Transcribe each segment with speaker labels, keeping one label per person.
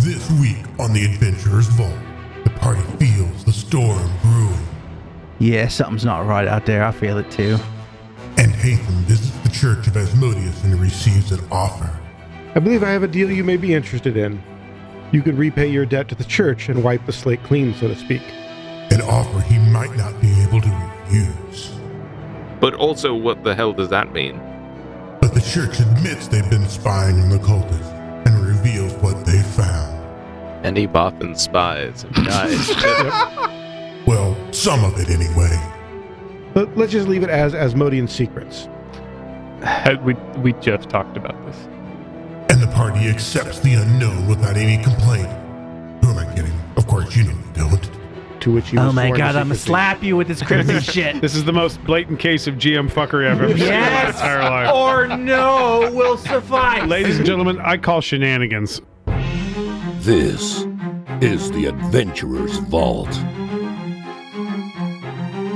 Speaker 1: This week on the Adventurer's Vault, the party feels the storm brewing,
Speaker 2: Yeah, something's not right out there. I feel it too.
Speaker 1: and Hatham visits the Church of Asmodeus and receives an offer.
Speaker 3: I believe I have a deal you may be interested in. You could repay your debt to the church and wipe the slate clean, so to speak.
Speaker 1: An offer he might not be able to refuse.
Speaker 4: But also, what the hell does that mean?
Speaker 1: But the church admits they've been spying on the cultists and reveals what they found.
Speaker 4: Any Boffin spies and dies.
Speaker 1: Well, some of it anyway.
Speaker 3: But let's just leave it as Asmodean secrets.
Speaker 5: Uh, we we just talked about this.
Speaker 1: And the party accepts the unknown without any complaint. Who am I kidding? Of course, you know you don't.
Speaker 3: To which you. were
Speaker 2: Oh my
Speaker 3: sworn to
Speaker 2: god, I'm gonna
Speaker 3: secrecy.
Speaker 2: slap you with this crimson shit.
Speaker 6: This is the most blatant case of GM fuckery I've ever seen in my
Speaker 2: Yes
Speaker 6: entire life.
Speaker 2: or no will suffice.
Speaker 6: Ladies and gentlemen, I call shenanigans.
Speaker 7: This is the Adventurer's Vault.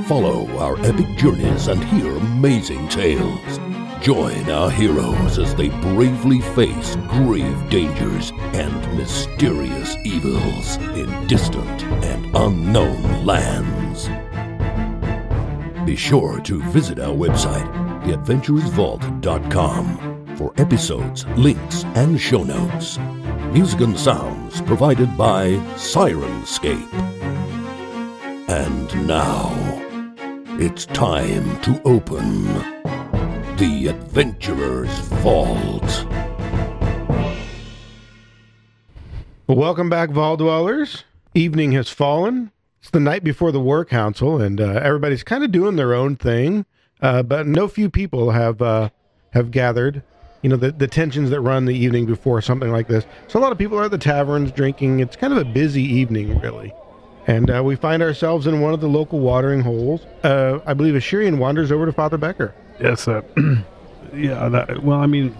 Speaker 7: Follow our epic journeys and hear amazing tales. Join our heroes as they bravely face grave dangers and mysterious evils in distant and unknown lands. Be sure to visit our website, theadventurousvault.com, for episodes, links, and show notes. Music and sounds provided by Sirenscape. And now, it's time to open the Adventurer's Vault.
Speaker 3: Welcome back, Vol Dwellers. Evening has fallen. It's the night before the War Council, and uh, everybody's kind of doing their own thing. Uh, but no few people have uh, have gathered. You know the, the tensions that run the evening before something like this. So a lot of people are at the taverns drinking. It's kind of a busy evening, really. And uh, we find ourselves in one of the local watering holes. Uh, I believe Ashirian wanders over to Father Becker.
Speaker 6: Yes, uh, yeah. That, well, I mean,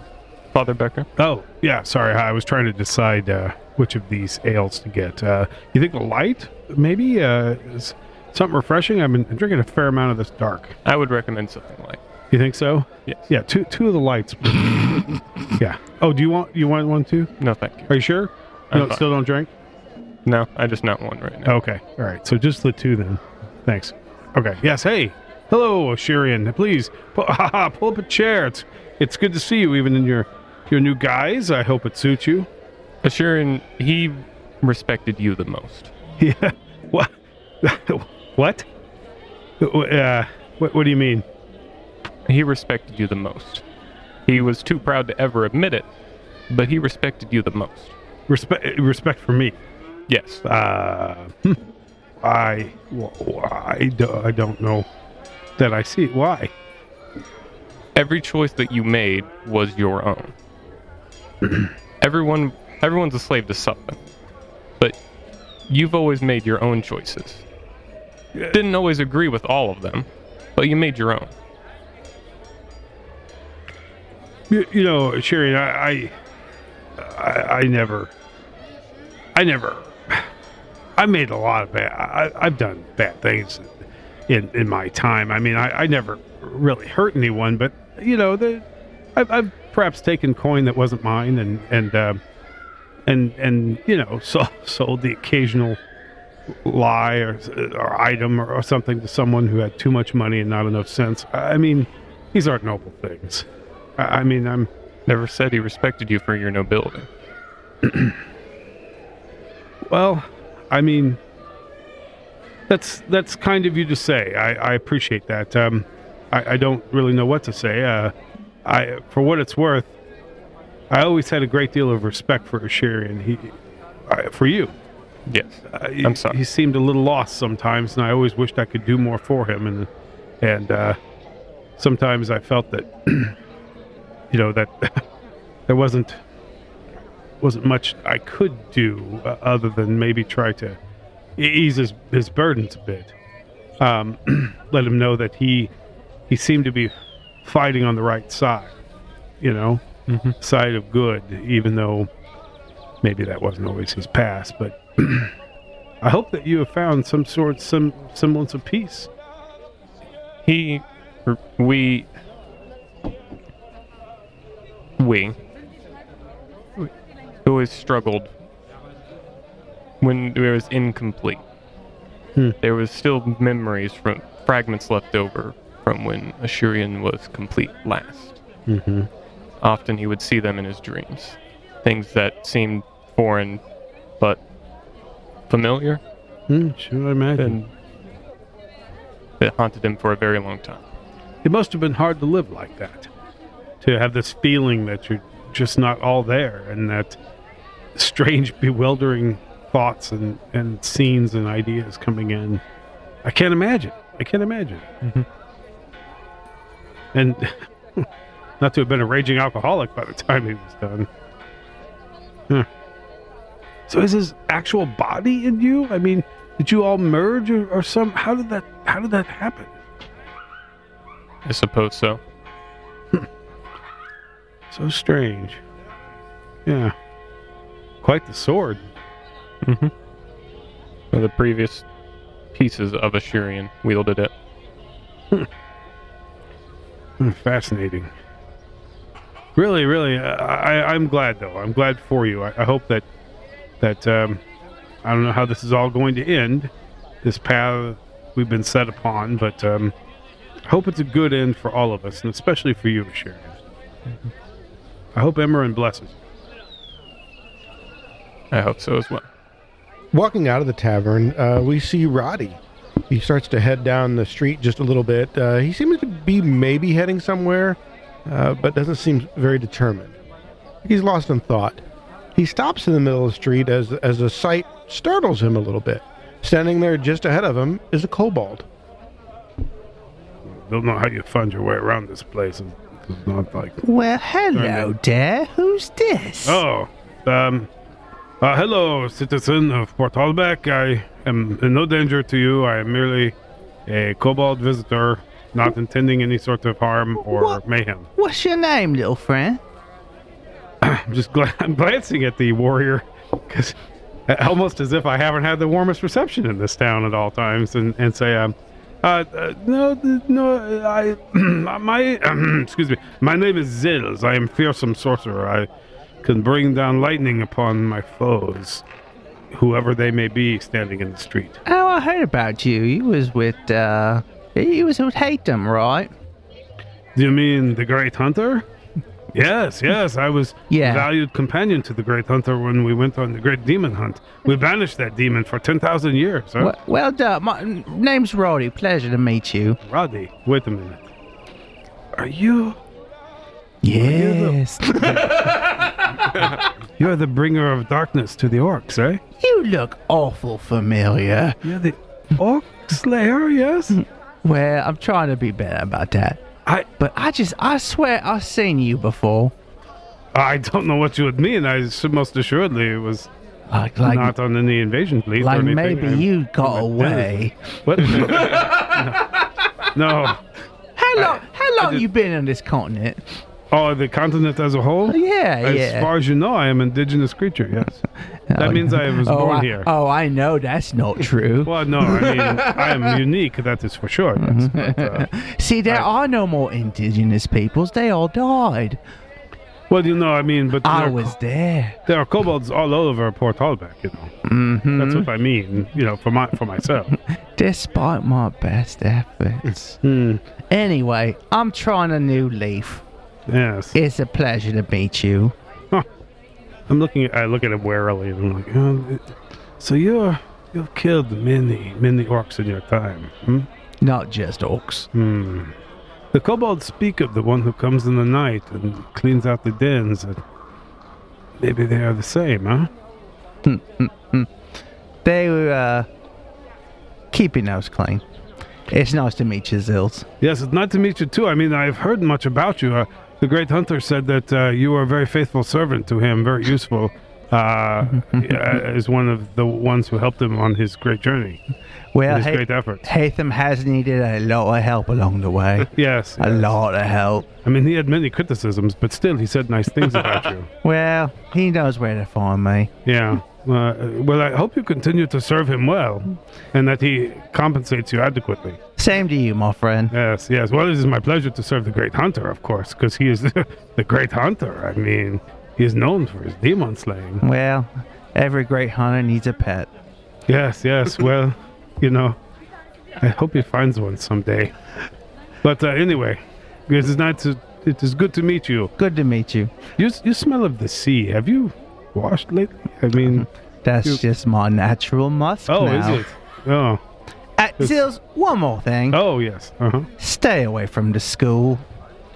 Speaker 5: Father Becker.
Speaker 6: oh, yeah. Sorry, I was trying to decide uh, which of these ales to get. Uh, you think the light, maybe, uh, is something refreshing? I've been drinking a fair amount of this dark.
Speaker 5: I would recommend something like
Speaker 6: You think so?
Speaker 5: yes.
Speaker 6: Yeah, two two of the lights. yeah. Oh, do you want you want one too?
Speaker 5: No, thank you.
Speaker 6: Are you sure?
Speaker 5: I'm
Speaker 6: No,
Speaker 5: fine.
Speaker 6: still don't drink.
Speaker 5: No, I just not one right now.
Speaker 6: Okay. All right. So just the two then. Thanks. Okay. Yes. Hey. Hello, Shirian. Please pull, pull up a chair. It's it's good to see you, even in your your new guise. I hope it suits you.
Speaker 5: Assurin, he respected you the most.
Speaker 6: Yeah. What? what? Uh, what? What do you mean?
Speaker 5: He respected you the most. He was too proud to ever admit it, but he respected you the most.
Speaker 6: Respect respect for me.
Speaker 5: Yes.
Speaker 6: Uh, hmm. I why do, I don't know that I see it. why.
Speaker 5: Every choice that you made was your own. Everyone everyone's a slave to something. But you've always made your own choices. Didn't always agree with all of them, but you made your own.
Speaker 6: You, you know, Sherry, I, I, I, I never, I never, I made a lot of bad. I, I've done bad things in in my time. I mean, I, I never really hurt anyone, but you know, the, I've, I've perhaps taken coin that wasn't mine, and and uh, and and you know, so, sold the occasional lie or, or item or, or something to someone who had too much money and not enough sense. I mean, these aren't noble things. I, I mean, I'm.
Speaker 5: Never said he respected you for your nobility.
Speaker 6: Well, I mean, that's that's kind of you to say. I, I appreciate that. Um, I, I don't really know what to say. Uh, I, for what it's worth, I always had a great deal of respect for Ashiri and he, I, for you.
Speaker 5: Yes.
Speaker 6: Uh, he-
Speaker 5: I'm sorry.
Speaker 6: He seemed a little lost sometimes, and I always wished I could do more for him. And and uh, sometimes I felt that, you know, that there wasn't wasn't much I could do uh, other than maybe try to e- ease his, his burdens a bit. Um, let him know that he he seemed to be fighting on the right side, you know,
Speaker 5: Mm-hmm.
Speaker 6: side of good, even though maybe that wasn't always his past, but. I hope that you have found some sort, some semblance of peace.
Speaker 5: He, or we, we always struggled when it was incomplete.
Speaker 6: Hmm.
Speaker 5: There was still memories from fragments left over from when Ashurian was complete last.
Speaker 6: Mhm.
Speaker 5: Often he would see them in his dreams, things that seemed foreign but familiar,
Speaker 6: Hmm, sure, I imagine.
Speaker 5: and that haunted him for a very long time.
Speaker 6: It must have been hard to live like that. To have this feeling that you're just not all there and that strange, bewildering thoughts and, and scenes and ideas coming in. I can't imagine. I can't imagine. And not to have been a raging alcoholic by the time he was done. Huh. So is his actual body in you? I mean, did you all merge or, or some? How did that? How did that happen?
Speaker 5: I suppose so.
Speaker 6: So strange. Yeah. Quite the sword.
Speaker 5: One of the previous pieces of Ashurian wielded it.
Speaker 6: Hmm, Fascinating. Really, really, uh, I, I'm glad though. I'm glad for you. I, I hope that that um, I don't know how this is all going to end, this path we've been set upon, but um, I hope it's a good end for all of us, and especially for you, Sharon. I hope Emerin blesses.
Speaker 5: I hope so as well.
Speaker 3: Walking out of the tavern, uh, we see Roddy. He starts to head down the street just a little bit. Uh, he seems to be maybe heading somewhere, uh, but doesn't seem very determined. He's lost in thought. He stops in the middle of the street as as a sight startles him a little bit. Standing there just ahead of him is a kobold.
Speaker 6: Don't know how you find your way around this place. It's not like
Speaker 2: Well, hello there. Who's this?
Speaker 6: Oh, um, uh, hello, citizen of Port Holbeck. I am in no danger to you. I am merely a kobold visitor, not intending any sort of harm or
Speaker 2: What?
Speaker 6: mayhem.
Speaker 2: What's your name, little friend?
Speaker 6: I'm just gla- I'm glancing at the warrior because almost as if I haven't had the warmest reception in this town at all times, and and say um. Uh, uh, no, th- no, I, my, excuse me, my name is Zills. I am fearsome sorcerer. I can bring down lightning upon my foes, whoever they may be standing in the street.
Speaker 2: Oh, I heard about you. You was with, uh, you was with Hatem, right?
Speaker 6: Do you mean the Great Hunter? Yes, yes, I was
Speaker 2: Yeah.
Speaker 6: valued companion to the Great Hunter when we went on the Great Demon Hunt. We banished that demon for 10,000 years, huh?
Speaker 2: Well, well done. My n- name's Roddy. Pleasure to meet you.
Speaker 6: Roddy, wait a minute. Are you...
Speaker 2: Yes.
Speaker 6: You're the bringer of darkness to the orcs, eh?
Speaker 2: you look awful familiar.
Speaker 6: You're the orc slayer, yes?
Speaker 2: Well, I'm trying to be better about that.
Speaker 6: I
Speaker 2: But I just, I swear I've seen you before.
Speaker 6: I don't know what you would mean. I s- most assuredly was
Speaker 2: Like, like,
Speaker 6: not on any invasion fleet or
Speaker 2: like
Speaker 6: anything.
Speaker 2: maybe
Speaker 6: I'm-
Speaker 2: you got
Speaker 6: I'm a
Speaker 2: away.
Speaker 6: What? no. no.
Speaker 2: How long, how long
Speaker 6: did-
Speaker 2: you been on this continent?
Speaker 6: Oh, the continent as a whole?
Speaker 2: Yeah,
Speaker 6: As
Speaker 2: yeah.
Speaker 6: far as you know, I am an indigenous creature, yes. That means I was
Speaker 2: oh,
Speaker 6: born
Speaker 2: I,
Speaker 6: here.
Speaker 2: Oh, I know that's not true.
Speaker 6: Well, no, I mean, I am unique, that is for sure. Yes.
Speaker 2: Mm-hmm.
Speaker 6: But, uh,
Speaker 2: See, there are no more indigenous peoples. They all died.
Speaker 6: well, you know, I mean, but
Speaker 2: I
Speaker 6: there,
Speaker 2: was there.
Speaker 6: there are kobolds all over Port Holbeck, you know.
Speaker 2: hmm
Speaker 6: That's what I mean, you know, for my for myself.
Speaker 2: Despite my best efforts.
Speaker 6: Hmm,
Speaker 2: anyway, I'm trying a new leaf.
Speaker 6: Yes.
Speaker 2: It's a pleasure to meet you.
Speaker 6: I'm looking at, I look at him warily and I'm like, oh, it- so you're, you've killed many, many orcs in your time. Hmm?
Speaker 2: Not just orcs.
Speaker 6: Hmm. The kobolds speak of the one who comes in the night and cleans out the dens. And maybe they are the same, huh?
Speaker 2: They were uh, keeping us clean. It's nice to meet you, Zills.
Speaker 6: Yes, it's nice to meet you too. I mean, I've heard much about you. Uh, the great hunter said that uh, you were a very faithful servant to him, very useful. Uh, as one of the ones who helped him on his great journey,
Speaker 2: Well,
Speaker 6: his
Speaker 2: Ha-
Speaker 6: great efforts.
Speaker 2: Hatham has needed a lot of help along the way.
Speaker 6: Yes,
Speaker 2: a lot of help.
Speaker 6: I mean, he had many criticisms, but still, he said nice things about you.
Speaker 2: Well, he knows where to find me.
Speaker 6: Yeah. Uh, well, I hope you continue to serve him well, and that he compensates you adequately.
Speaker 2: Same to you, my friend.
Speaker 6: Yes, yes. Well, it is my pleasure to serve the Great Hunter, of course, because he is the Great Hunter. I mean, he is known for his demon slaying.
Speaker 2: Well, Every great hunter needs a pet.
Speaker 6: Yes, yes. Well, you know, I hope he finds one someday. But uh, anyway, this is not to, it is good to meet you.
Speaker 2: Good to meet you.
Speaker 6: You s- you smell of the sea. Have you washed lately? I mean,
Speaker 2: That's
Speaker 6: You-
Speaker 2: just my natural musk
Speaker 6: oh,
Speaker 2: now.
Speaker 6: is it? Oh,
Speaker 2: Uh, Zills, one more thing.
Speaker 6: oh yes. Uh huh.
Speaker 2: Stay away from the school.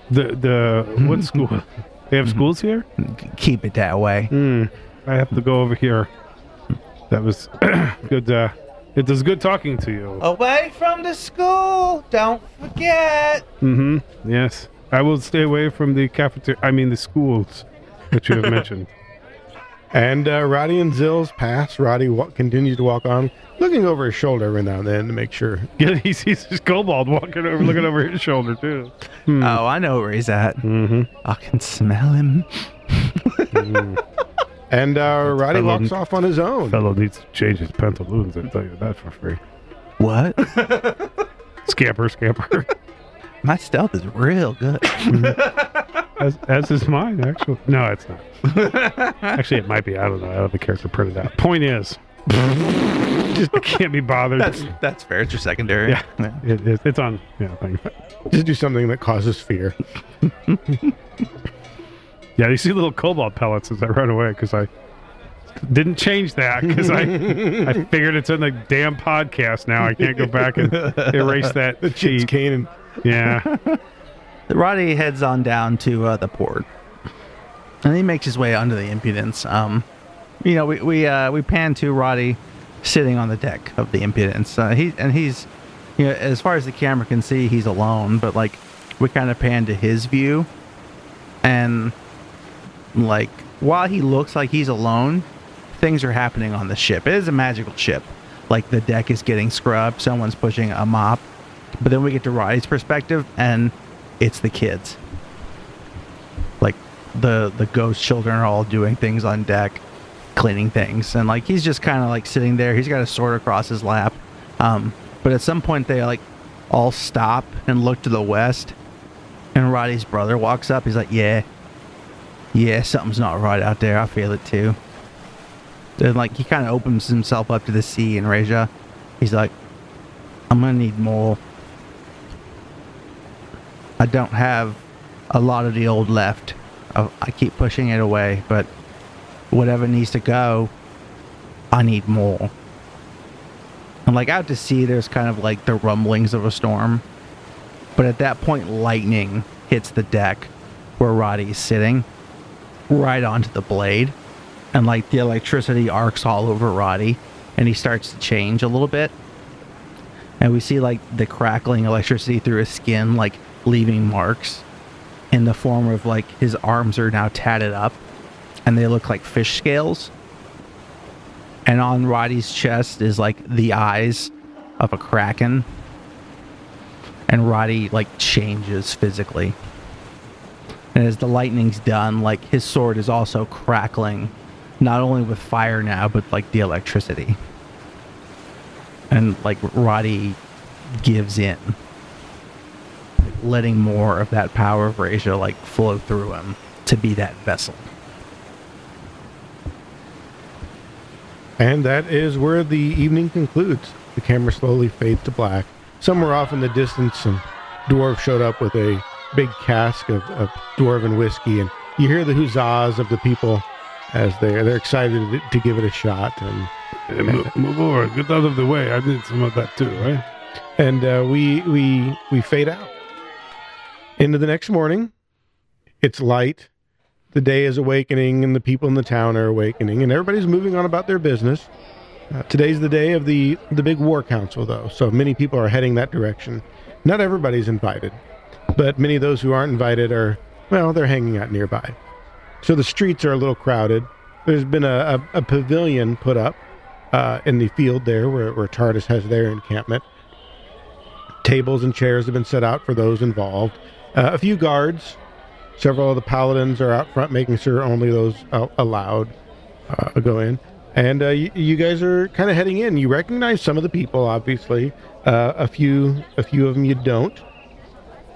Speaker 6: The the what school? They have schools here.
Speaker 2: Keep it that way.
Speaker 6: Hmm. I have to go over here. That was good. Uh, it was good talking to you.
Speaker 2: Away from the school. Don't forget.
Speaker 6: Mm-hmm. Yes, I will stay away from the cafeteria. I mean, the schools that you have mentioned.
Speaker 3: And uh, Roddy and Zills pass. Roddy wa- continues to walk on, looking over his shoulder every now and then to make sure.
Speaker 6: Yeah, he sees his kobold walking over, looking over his shoulder too.
Speaker 2: Oh, I know where he's at.
Speaker 6: Mm. Mm-hmm.
Speaker 2: I can smell him.
Speaker 3: And uh, Roddy
Speaker 6: fellow-
Speaker 3: walks off on his own.
Speaker 6: Fellow needs to change his pantaloons. I tell you that for free.
Speaker 2: What?
Speaker 6: Scamper, scamper.
Speaker 2: My stealth is real good.
Speaker 6: as, as is mine, actually. No, it's not. actually, it might be. I don't know. I don't have the character printed out. Point is, just can't be bothered.
Speaker 2: that's fair. It's your secondary.
Speaker 6: Yeah. It- it- it's on. Yeah, thing.
Speaker 3: Just do something that causes fear.
Speaker 6: Yeah, you see little cobalt pellets as I run away because I didn't change that because I I figured it's in the damn podcast now. I can't go back and erase that
Speaker 3: It's
Speaker 6: sheet.
Speaker 3: Kane and
Speaker 6: Yeah,
Speaker 2: Roddy heads on down to uh, the port, and he makes his way under the impudence. Um, you know, we we uh, we pan to Roddy sitting on the deck of the impudence. Uh, he and he's, you know, as far as the camera can see, he's alone. But like, we kind of pan to his view, and like while he looks like he's alone, things are happening on the ship. It is a magical ship. Like the deck is getting scrubbed. Someone's pushing a mop. But then we get to Roddy's perspective, and it's the kids. Like the the ghost children are all doing things on deck, cleaning things, and like he's just kind of like sitting there. He's got a sword across his lap. Um, but at some point, they like all stop and look to the west, and Roddy's brother walks up. He's like, "Yeah, yeah, something's not right out there. I feel it too." And like he kind of opens himself up to the sea, and Reja, he's like, "I'm gonna need more." I don't have a lot of the old left. I, I keep pushing it away, but whatever needs to go, I need more. And like out to sea, there's kind of like the rumblings of a storm. But at that point, lightning hits the deck where Roddy is sitting, right onto the blade. And like the electricity arcs all over Roddy, and he starts to change a little bit and we see like the crackling electricity through his skin like leaving marks in the form of like his arms are now tatted up and they look like fish scales and on roddy's chest is like the eyes of a kraken and roddy like changes physically and as the lightning's done like his sword is also crackling not only with fire now but like the electricity and like Roddy gives in, letting more of that power of Raja like flow through him to be that vessel.
Speaker 3: And that is where the evening concludes. The camera slowly fades to black. Somewhere off in the distance, some dwarf showed up with a big cask of, of dwarven whiskey, and you hear the huzzas of the people as they're they're excited to- to give it a shot. And
Speaker 6: Hey, move, move over. Get out of the way. I need some of that too, right?
Speaker 3: and uh, we we we fade out into the next morning. It's light. The day is awakening, and the people in the town are awakening, and everybody's moving on about their business. Uh, today's the day of the the big war council, though, so many people are heading that direction. Not everybody's invited, but many of those who aren't invited are well, they're hanging out nearby. So the streets are a little crowded. There's been a, a, a pavilion put up uh, in the field there, where, where Tardis has their encampment tables and chairs have been set out for those involved. Uh, a few guards, several of the paladins are out front, making sure only those uh, allowed uh, go in. And uh, you, you guys are kind of heading in. You recognize some of the people, obviously. Uh, a few, a few of them you don't.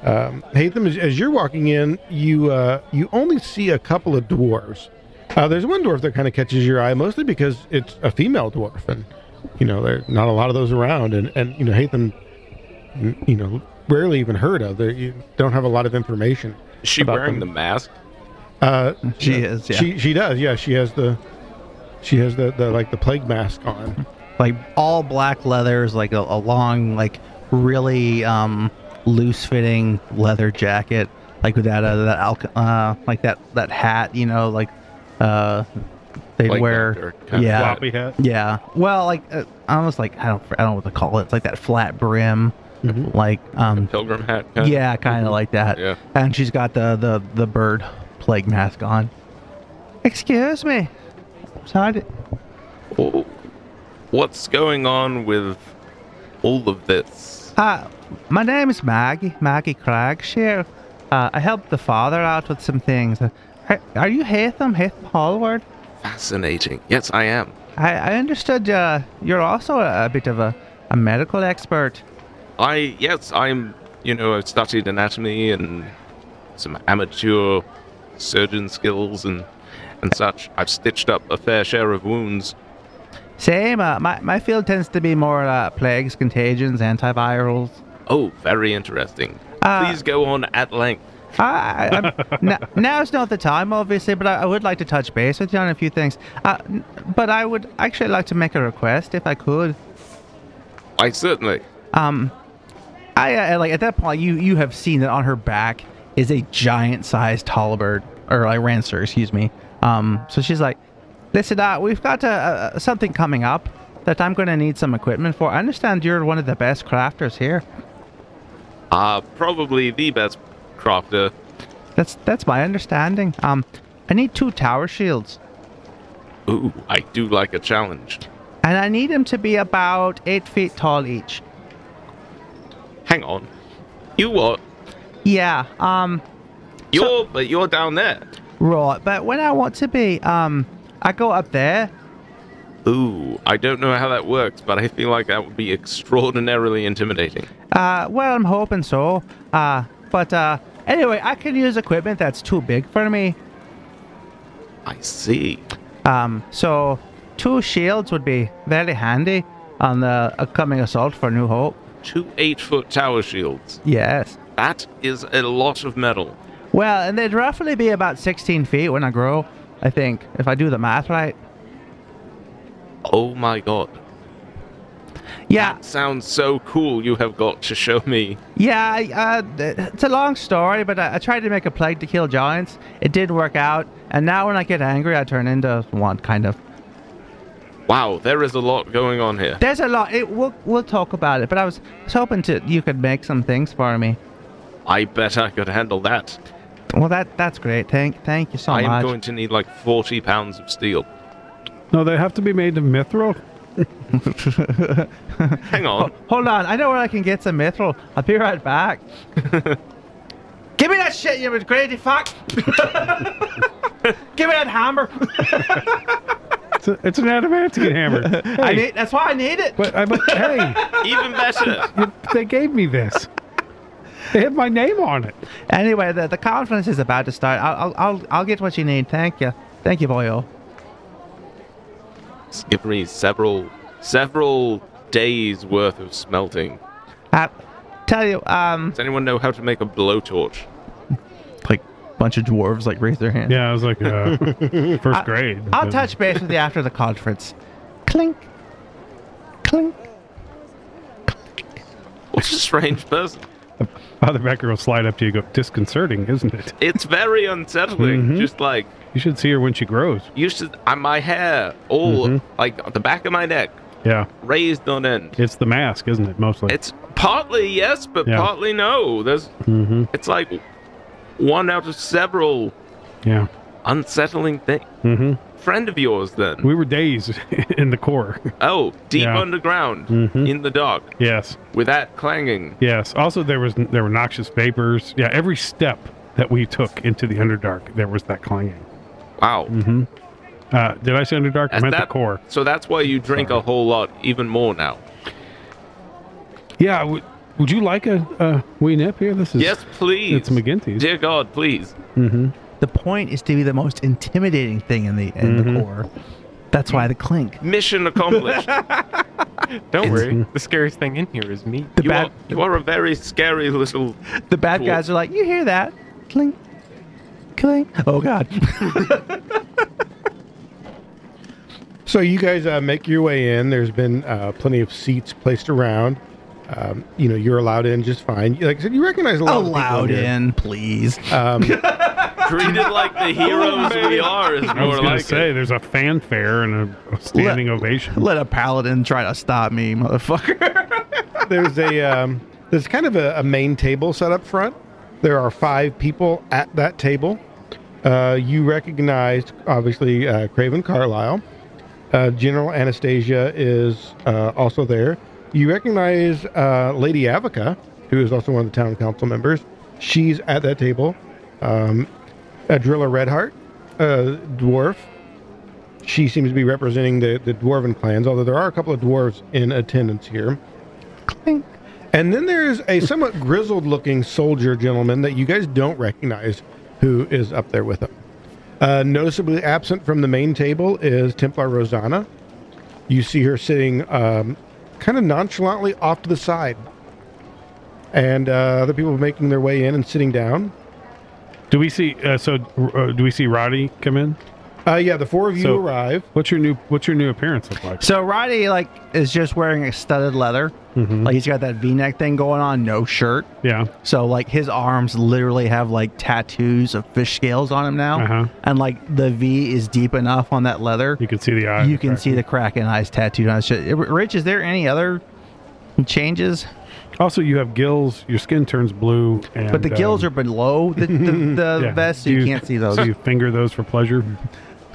Speaker 3: Um, Hatham, as, as you're walking in, you uh, you only see a couple of dwarves. Uh, there's one dwarf that kind of catches your eye, mostly because it's a female dwarf, and you know there are not a lot of those around, and and you know Hathan, you know, rarely even heard of. There you don't have a lot of information.
Speaker 4: Is she
Speaker 3: About
Speaker 4: wearing
Speaker 3: them.
Speaker 4: the mask?
Speaker 3: Uh,
Speaker 2: She is, yeah.
Speaker 3: She she does, yeah. She has the, she has the, the like the plague mask on.
Speaker 2: like all black leathers, like a, a long, like really um, loose fitting leather jacket, like with that uh, that alc- uh, like that that hat, you know, like uh, they
Speaker 4: Like
Speaker 2: wear,
Speaker 4: that, or kind of
Speaker 2: yeah,
Speaker 4: flat.
Speaker 6: floppy hat.
Speaker 2: yeah. Well, like uh, almost like I don't I don't know what to call it. It's like that flat brim,
Speaker 4: Mm-hmm.
Speaker 2: like um,
Speaker 4: Pilgrim hat? kind of?
Speaker 2: yeah, kind of like that.
Speaker 4: Yeah.
Speaker 2: And she's got the, the, the bird plague mask on. Excuse me. Sorry.
Speaker 4: Oh, What's going on with all of this?
Speaker 2: Uh, my name is Maggie, Maggie Cragshire. Uh, I helped the father out with some things. Uh, Are, are you Hatham, Hatham Hallward?
Speaker 4: Fascinating. Yes, I am.
Speaker 2: I, I understood uh, you're also a, a bit of a, a medical expert.
Speaker 4: I yes, I'm. You know, I've studied anatomy and some amateur surgeon skills and and such. I've stitched up a fair share of wounds.
Speaker 2: Same, uh, my, my field tends to be more uh, plagues, contagions, antivirals.
Speaker 4: Oh, very interesting.
Speaker 2: Uh,
Speaker 4: Please go on at length.
Speaker 2: I, I, I'm, n- now's not the time, obviously, but I, I would like to touch base with you on a few things. Uh, n- but I would actually like to make a request, if I could.
Speaker 4: I certainly.
Speaker 2: Um, I uh, like at that point you you have seen that on her back is a giant sized halberd or like rancer, excuse me. Um, so she's like, listen, uh, we've got uh, uh, something coming up that I'm going to need some equipment for. I understand you're one of the best crafters here.
Speaker 4: Ah, probably the best crafter.
Speaker 2: That's that's my understanding. Um, I need two tower shields.
Speaker 4: Ooh, I do like a challenge.
Speaker 2: and I need them to be about eight feet tall each.
Speaker 4: Hang on. You what?
Speaker 2: Yeah, um,
Speaker 4: You're but you're down there.
Speaker 2: right. But when I want to be, um, I go up there.
Speaker 4: Ooh, I don't know how that works, but I feel like that would be extraordinarily intimidating.
Speaker 2: Uh, well, I'm hoping so. Uh, but uh, anyway, I can use equipment that's too big for me.
Speaker 4: I see.
Speaker 2: Um, so two shields would be very handy on the upcoming assault for New Hope.
Speaker 4: Two eight foot tower shields.
Speaker 2: Yes.
Speaker 4: That is a lot of metal.
Speaker 2: Well, and they'd roughly be about 16 feet when I grow. I think if I do the math right.
Speaker 4: Oh my god.
Speaker 2: Yeah.
Speaker 4: That sounds so cool you have got to show me.
Speaker 2: Yeah, I- uh, th- it's a long story, but I, I tried to make a plague to kill giants. It did work out, and now when I get angry, I turn into one, kind of.
Speaker 4: Wow, there is a lot going on here.
Speaker 2: There's a lot. It, we'll we'll talk about it. But I was, was hoping to you could make some things for me.
Speaker 4: I bet I could handle that.
Speaker 2: Well, that that's great. Thank thank you so
Speaker 4: I am
Speaker 2: much.
Speaker 4: going to need like 40 pounds of steel.
Speaker 6: No, they have to be made of mithril.
Speaker 4: Hang on.
Speaker 2: Hold on, I know where I can get some mithril. I'll be right back. Give me that shit, you crazy fuck! Give me that hammer.
Speaker 6: It's, a, it's an adamantium hammer.
Speaker 2: I need. That's why I need it.
Speaker 6: But, I, but hey,
Speaker 4: Even better.
Speaker 6: they gave me this. They had my name on it.
Speaker 2: Anyway, the, the conference is about to start. I'll, I'll, I'll, I'll get what you need. Thank you. Thank you, boyo.
Speaker 4: It's given me several, several days worth of smelting.
Speaker 2: Uh, tell you, um,
Speaker 4: Does anyone know how to make a blowtorch?
Speaker 2: like bunch of dwarves like raise their hand.
Speaker 6: Yeah, I was like, uh, first grade.
Speaker 2: I'll touch base with you after the conference. Clink, clink.
Speaker 4: What a strange person.
Speaker 6: Father Becker will slide up to you. and Go disconcerting, isn't it?
Speaker 4: It's very unsettling.
Speaker 6: Mhm.
Speaker 4: Just like
Speaker 6: You should see her when she grows.
Speaker 4: you should. Uh, my hair, all
Speaker 6: Mm-hmm.
Speaker 4: like the back of my neck,
Speaker 6: Yeah,
Speaker 4: raised on end.
Speaker 6: it's the mask, isn't it? Mostly.
Speaker 4: It's partly yes, but
Speaker 6: Yeah.
Speaker 4: partly no. There's.
Speaker 6: Mhm.
Speaker 4: It's like one out of several
Speaker 6: yeah.
Speaker 4: unsettling things.
Speaker 6: hmm
Speaker 4: Friend of yours, then?
Speaker 6: We were dazed in the core.
Speaker 4: oh, deep
Speaker 6: Yeah.
Speaker 4: underground,
Speaker 6: Mhm.
Speaker 4: in the dark,
Speaker 6: yes,
Speaker 4: with that clanging.
Speaker 6: yes. Also, there was there were noxious vapors. Yeah, every step that we took into the underdark, there was that clanging.
Speaker 4: Wow.
Speaker 6: hmm Uh, did I say underdark? I
Speaker 4: As
Speaker 6: meant
Speaker 4: that-
Speaker 6: the core.
Speaker 4: So that's why you drink a whole lot, even more now.
Speaker 6: Yeah. W- would you like a, a wee nip here? This is
Speaker 4: Yes, please.
Speaker 6: It's McGinty's.
Speaker 4: Dear God, please.
Speaker 6: Mm-hmm.
Speaker 2: The point is to be the most intimidating thing in the in the core. That's why the clink.
Speaker 4: Mission accomplished.
Speaker 5: Don't worry. The scariest thing in here is me.
Speaker 2: The
Speaker 4: you,
Speaker 2: bad
Speaker 4: are, you are a very scary little.
Speaker 2: the bad
Speaker 4: tool.
Speaker 2: guys are like, you hear that? Clink, clink. Oh god.
Speaker 3: So you guys uh, make your way in. There's been uh, plenty of seats placed around. Um, you know, you're allowed in just fine. Like I said, you recognize a lot of
Speaker 2: Allowed
Speaker 3: people here.
Speaker 2: in, please.
Speaker 4: Treated like the heroes we are is
Speaker 6: Oh, I was
Speaker 4: more
Speaker 6: gonna
Speaker 4: like
Speaker 6: say
Speaker 4: it.
Speaker 6: there's a fanfare and a standing ovation.
Speaker 2: Let a paladin try to stop me, motherfucker.
Speaker 3: There's a um, there's kind of a, a main table set up front. There are five people at that table. Uh, you recognized obviously uh, Craven Carlisle. Uh, General Anastasia is uh, also there. You recognize uh, Lady Avica, who is also one of the town council members. She's at that table. Um, Adrilla Redheart, uh, dwarf. She seems to be representing the, the dwarven clans, although there are a couple of dwarves in attendance here.
Speaker 2: Clink.
Speaker 3: And then there's a somewhat grizzled looking soldier gentleman that you guys don't recognize who is up there with him. Uh, noticeably absent from the main table is Templar Rosanna. You see her sitting um, kind of nonchalantly off to the side. And uh, other people making their way in and sitting down.
Speaker 6: Do we see? Uh, so uh, do we see Roddy come in?
Speaker 3: Uh, yeah, the four of you
Speaker 6: So-
Speaker 3: arrive.
Speaker 6: What's your new What's your new appearance look like?
Speaker 2: So Roddy like is just wearing a studded leather.
Speaker 6: Mm-hmm.
Speaker 2: Like he's got that V-neck thing going on, no shirt.
Speaker 6: Yeah.
Speaker 2: So like his arms literally have like tattoos of fish scales on him now,
Speaker 6: Uh-huh.
Speaker 2: and like the V is deep enough on that leather,
Speaker 6: You can see the eye.
Speaker 2: you can see the Kraken eyes tattooed on his shit. Rich, is there any other changes?
Speaker 6: Also, you have gills. Your skin turns blue. And,
Speaker 2: But the gills
Speaker 6: um,
Speaker 2: are below the, the, the
Speaker 6: yeah.
Speaker 2: vest, so
Speaker 6: Do
Speaker 2: you, can't see those.
Speaker 6: So you finger those for pleasure.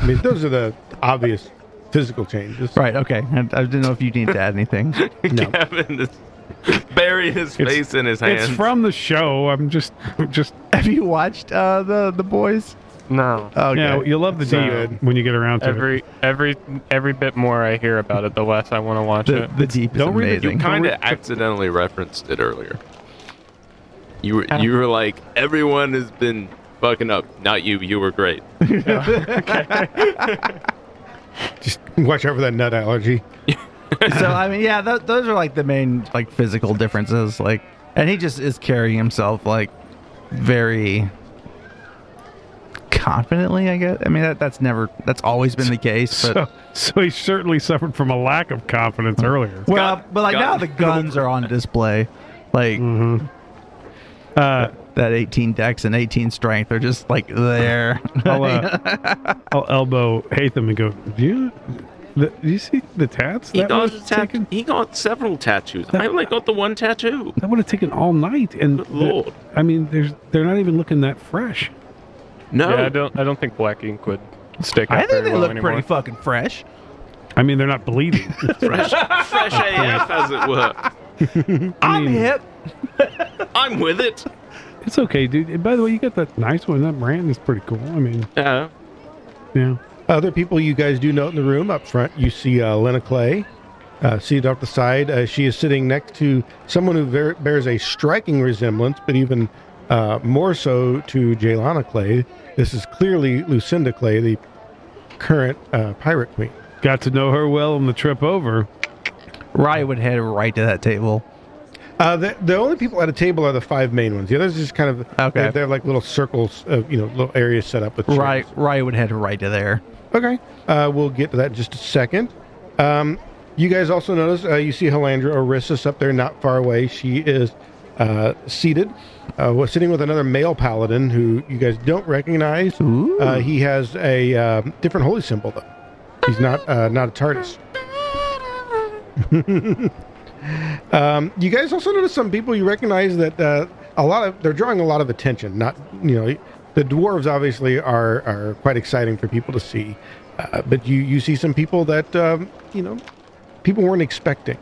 Speaker 3: I mean, those are the obvious physical changes.
Speaker 2: right? Okay. I, I didn't know if you needed to add anything.
Speaker 4: Kevin is burying his
Speaker 6: It's-
Speaker 4: face in his hands.
Speaker 6: It's from the show. I'm just, I'm just.
Speaker 2: Have you watched uh, the the boys?
Speaker 5: No.
Speaker 2: Okay.
Speaker 6: Yeah, you love the
Speaker 3: So-
Speaker 6: deep when you get around to it.
Speaker 5: Every every every bit more I hear about it, the less I want to watch
Speaker 2: the,
Speaker 5: it.
Speaker 2: the deep is
Speaker 6: Don't read it, you
Speaker 2: amazing.
Speaker 4: kind of accidentally referenced it earlier. You were you were like everyone has been fucking up. Not you. You were great.
Speaker 3: Just watch out for that nut allergy.
Speaker 2: so I mean, yeah, th- those are like the main like physical differences. Like, and he just is carrying himself like very confidently. I guess. I mean, that, that's never that's always been the case. But
Speaker 6: So, so he certainly suffered from a lack of confidence earlier.
Speaker 2: well,
Speaker 4: Gun-
Speaker 2: but like now
Speaker 4: gun.
Speaker 2: the guns are on display. Like
Speaker 6: Uh,
Speaker 2: that 18 dex and 18 strength are just like there.
Speaker 6: I'll, uh, I'll elbow Hatham and go. Do you, the, do you see the tats?
Speaker 4: He
Speaker 6: That
Speaker 4: got,
Speaker 6: would've
Speaker 4: a tat-
Speaker 6: taken-
Speaker 4: he got several tattoos. I only got the one tattoo.
Speaker 6: that would have taken all night. And
Speaker 4: Good
Speaker 6: the-
Speaker 4: lord.
Speaker 6: I mean, there's they're not even looking that fresh.
Speaker 4: No.
Speaker 5: Yeah, I don't I don't think black ink would stick out
Speaker 2: I think
Speaker 5: very
Speaker 2: they
Speaker 5: well
Speaker 2: look
Speaker 5: anymore.
Speaker 2: pretty fucking fresh.
Speaker 6: I mean, they're not bleeding.
Speaker 4: fresh, fresh AF, as it were.
Speaker 2: I'm hip.
Speaker 4: I'm with it.
Speaker 6: it's okay, dude. And by the way, you got that nice one. That brand is pretty cool. I mean,
Speaker 4: Yeah.
Speaker 6: yeah.
Speaker 3: Other people you guys do note in the room up front, you see uh, Lena Clay uh, seated off the side. Uh, she is sitting next to someone who ver- bears a striking resemblance, but even uh, more so to Jaylana Clay. This is clearly Lucinda Clay, the current uh, pirate queen.
Speaker 6: Got to know her well on the trip over.
Speaker 2: Rye would head right to that table.
Speaker 3: Uh, the, the only people at a table are the five main ones. The others just kind of
Speaker 2: Okay.
Speaker 3: they're, they're like little circles, of, you know, little areas set up with chairs.
Speaker 2: Rye, Rye would head right to there.
Speaker 3: Okay. Uh, we'll get to that in just a second. Um, you guys also notice uh, you see Helandra Orissus up there not far away. She is uh, seated, uh, was sitting with another male paladin who you guys don't recognize. Uh, he has a um different holy symbol, though. He's not uh, not a TARDIS. um, you guys also notice some people you recognize that uh, a lot of they're drawing a lot of attention. Not you know the dwarves obviously are are quite exciting for people to see, uh, but you you see some people that um, you know people weren't expecting.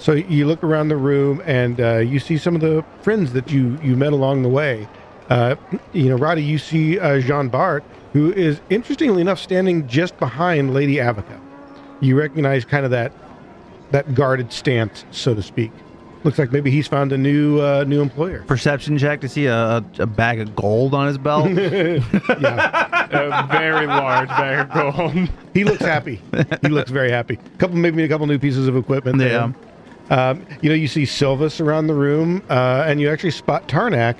Speaker 3: So you look around the room and uh, you see some of the friends that you you met along the way. Uh, you know, Roddy, you see uh, Jean Bart, who is interestingly enough standing just behind Lady Avica. You recognize kind of that that guarded stance, so to speak. Looks like maybe he's found a new uh, new employer.
Speaker 2: Perception check to see a, a, a bag of gold on his belt.
Speaker 5: A very large bag of gold.
Speaker 3: He looks happy. he looks very happy. Couple maybe a couple new pieces of equipment. there.
Speaker 2: Yeah.
Speaker 3: Um, you know, you see Silvis around the room, uh, and you actually spot Tarnak,